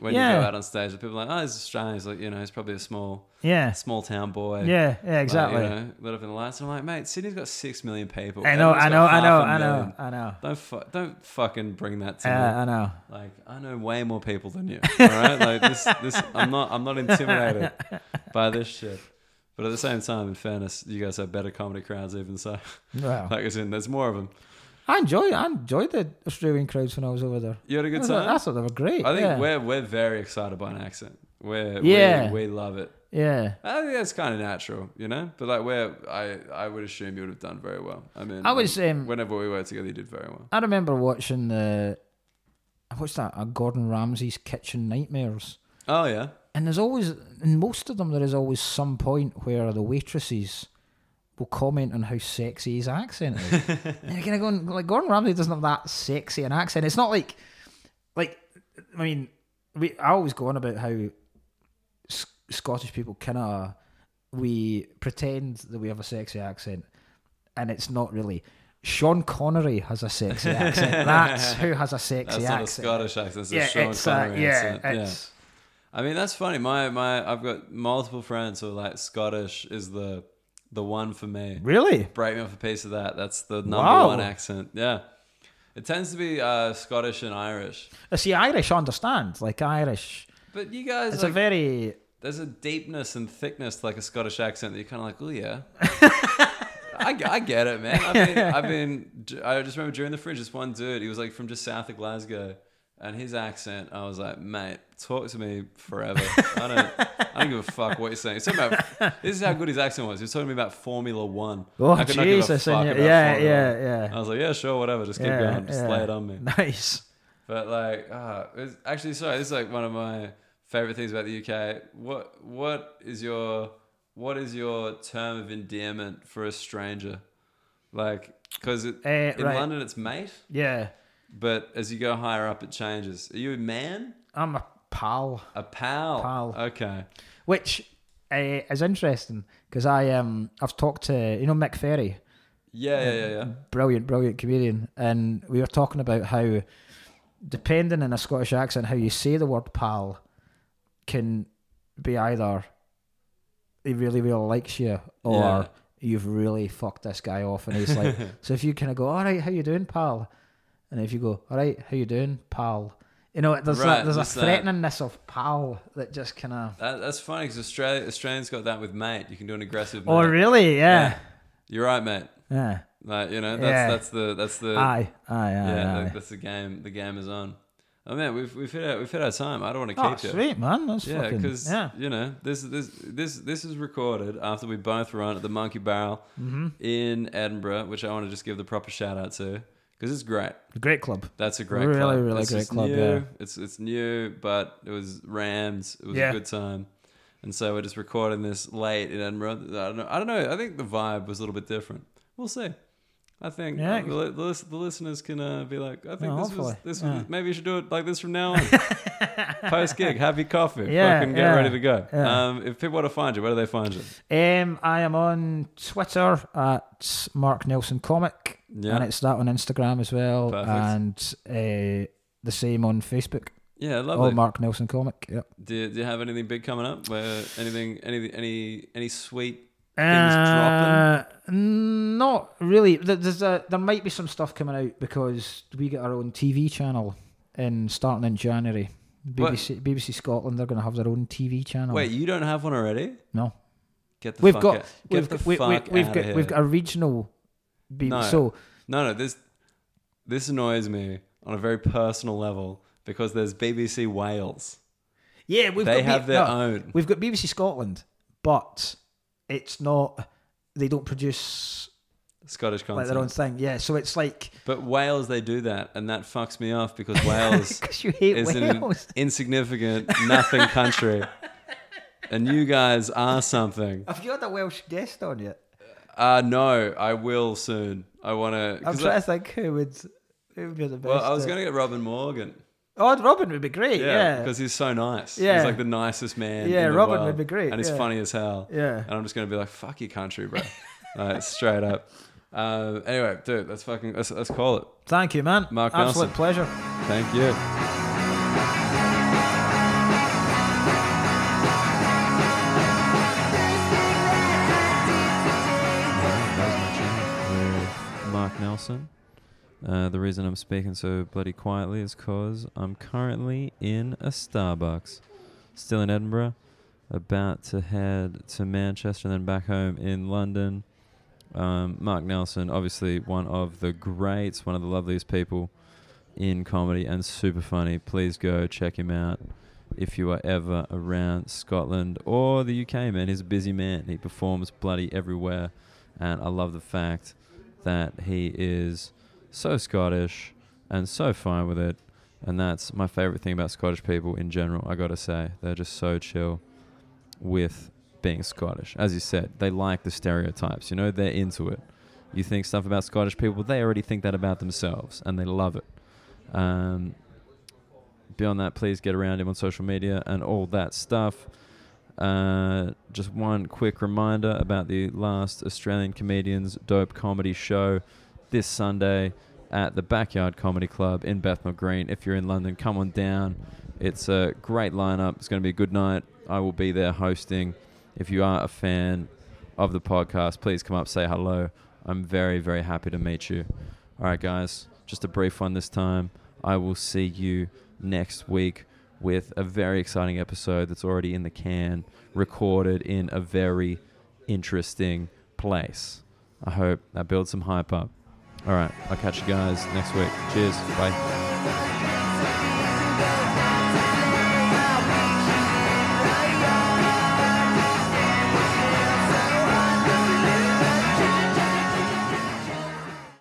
when you go Yeah. out on stage. People are like, oh, he's Australian. He's like, you know, he's probably a small, Yeah, small town boy. yeah, yeah, exactly. Like, you know, lit up in the lights. I'm like, mate, Sydney's got six million people. I know, I Everyone's know, got I half know, a I know, million. I know. Don't fu- don't fucking bring that to Uh, me. I know. Like I know way more people than you. All right, like this, this I'm not, I'm not intimidated by this shit. But at the same time, in fairness, you guys have better comedy crowds, even so. Wow. Like as in, there's more of them. I enjoyed, I enjoyed the Australian crowds when I was over there. You had a I good thought, I time. thought they were great. I think yeah. we're we're very excited by an accent. We're, Yeah. we we love it. yeah. I think that's kind of natural, you know. But like, where I I would assume you would have done very well. I mean, I was, um, whenever we were together, you did very well. I remember watching the. I watched that uh, Gordon Ramsay's Kitchen Nightmares, Oh yeah, and there's always in most of them there is always some point where the waitresses will comment on how sexy his accent is. and you're kind of going like Gordon Ramsay doesn't have that sexy an accent. It's not like, like, I mean, we I always go on about how S- Scottish people kind of we pretend that we have a sexy accent, and it's not really. Sean Connery has a sexy accent. That's who has a sexy that's not accent. a Scottish accent. It's a yeah, Sean it's uh, Connery yeah, accent. it's. I mean, that's funny. My my, I've got multiple friends who are like Scottish is the the one for me. Really? Break me off a piece of that. That's the number Wow. one accent. Yeah, it tends to be uh, Scottish and Irish. Uh, See, Irish I understand. Like Irish, But you guys, it's like, a very there's a deepness and thickness to like a Scottish accent that you're kind of like, oh yeah. I, I get it, man. I mean, I've been. I just remember during the fringe, this one dude, he was like from just south of Glasgow, and his accent, I was like, mate, talk to me forever. I don't, I don't give a fuck what you're saying. He's talking about, this is how good his accent was. He was talking to me about Formula One. Oh, I could not give a Jesus, and fuck you- about yeah, Formula yeah, One. yeah. I was like, yeah, sure, whatever. Just keep yeah, going. Just yeah. lay it on me. Nice. But like, uh, it's, actually, sorry, this is like one of my favorite things about the UK. What what is your what is your term of endearment for a stranger? Like, because in Eh, right. London it's mate, Yeah, but as you go higher up it changes. Are you a man? I'm a pal, A pal? Pal. Okay. which uh, is interesting because I um I've talked to you know Mick Ferry, Yeah, yeah, yeah, Um, yeah. brilliant, brilliant comedian, and we were talking about how depending on a Scottish accent, how you say the word pal can be either he really really likes you or Yeah. you've really fucked this guy off, and he's like, so if you kind of go, all right, how you doing, pal, and if you go, all right, how you doing, pal. You know, there's Right, that, there's a there's that. threateningness of pal that just kind of. That, that's funny because Australia, Australians got that with mate. You can do an aggressive. Mate. Oh, really? Yeah. You're right, mate. Yeah. Like you know, that's Yeah. Ah, that's the that's the Aye. Aye. Aye. Yeah, aye. like that's the game. The game is on. Oh man, we've we've hit our, we've hit our time. I don't want to Oh, keep you. sweet man. That's Yeah, fucking. because Yeah. you know this this this this is recorded after we both run at the Monkey Barrel Mm-hmm. in Edinburgh, which I want to just give the proper shout out to because it's great. Great club. That's a great Really, club. really It's great just club, New. yeah. It's it's new, but it was rammed. It was Yeah. a good time, and so we're just recording this late in Edinburgh. I don't know. I don't know. I think the vibe was a little bit different. We'll see. I think Yeah. uh, the, li- the, lis- the listeners can uh, be like, I think No, this was hopefully. this Yeah. was, maybe you should do it like this from now on. Post gig, have your coffee, Yeah, fucking get yeah, ready to go. yeah. Um, if people want to find you, where do they find you? Um, I am on Twitter at Mark Nelson Comic, Yeah, and it's that on Instagram as well, Perfect. and uh, the same on Facebook. yeah, All lovely. Mark Nelson Comic. Yep. do, do you have anything big coming up? Where anything, any, any, any sweet Things Uh, not really. Th- There's a, there might be some stuff coming out because we get our own TV channel in starting in January. What? BBC, BBC Scotland, they're going to have their own TV channel. Wait, you don't have one already? No. Get the We've fuck got- out. Get we've the got, we, fuck we, have outta got here. we've got a regional BBC. No. So No, no, this this annoys me on a very personal level because there's BBC Wales. yeah, we've they got B- have their no, own. We've got BBC Scotland, but it's not. They don't produce Scottish like content. their own thing. Yeah, so it's like But Wales, they do that, and that fucks me off because Wales because you hate is an Wales. insignificant, nothing country. And you guys are something. Have you had a Welsh guest on yet? Uh, no, I will soon. I want to. I'm trying to think who would who would be the best. well, I was at- going to get Robin Morgan. Oh, Robin would be great. Yeah, Yeah. because he's so nice. Yeah. he's like the nicest man. Yeah, in the Robin would world. be great, and he's yeah. funny as hell. Yeah. and I'm just gonna be like, "Fuck your country, bro," like, straight up. Um, anyway, dude, let's fucking let's, let's call it. Thank you, man. Mark Absolute Nelson. pleasure. Thank you. with Mark Nelson. Uh, the reason I'm speaking so bloody quietly is because I'm currently in a Starbucks. Still in Edinburgh. About to head to Manchester and then back home in London. Um, Mark Nelson, obviously one of the greats, one of the loveliest people in comedy and super funny. Please go check him out if you are ever around Scotland or the UK, man. He's a busy man. He performs bloody everywhere. And I love the fact that he is so Scottish and so fine with it. And that's my favorite thing about Scottish people in general, I gotta say. They're just so chill with being Scottish. As you said, they like the stereotypes, you know, they're into it. You think stuff about Scottish people, they already think that about themselves and they love it. Um, beyond that, please get around him on social media and all that stuff. Uh, just one quick reminder about the last Australian Comedians Dope Comedy Show this Sunday at the Backyard Comedy Club in Bethnal Green. If you're in London, come on down. It's a great lineup. It's going to be a good night. I will be there hosting. If you are a fan of the podcast, please come up, say hello. I'm very, very happy to meet you. All right, guys, just a brief one this time. I will see you next week with a very exciting episode that's already in the can, recorded in a very interesting place. I hope that builds some hype up. All right, I'll catch you guys next week. Cheers. Bye.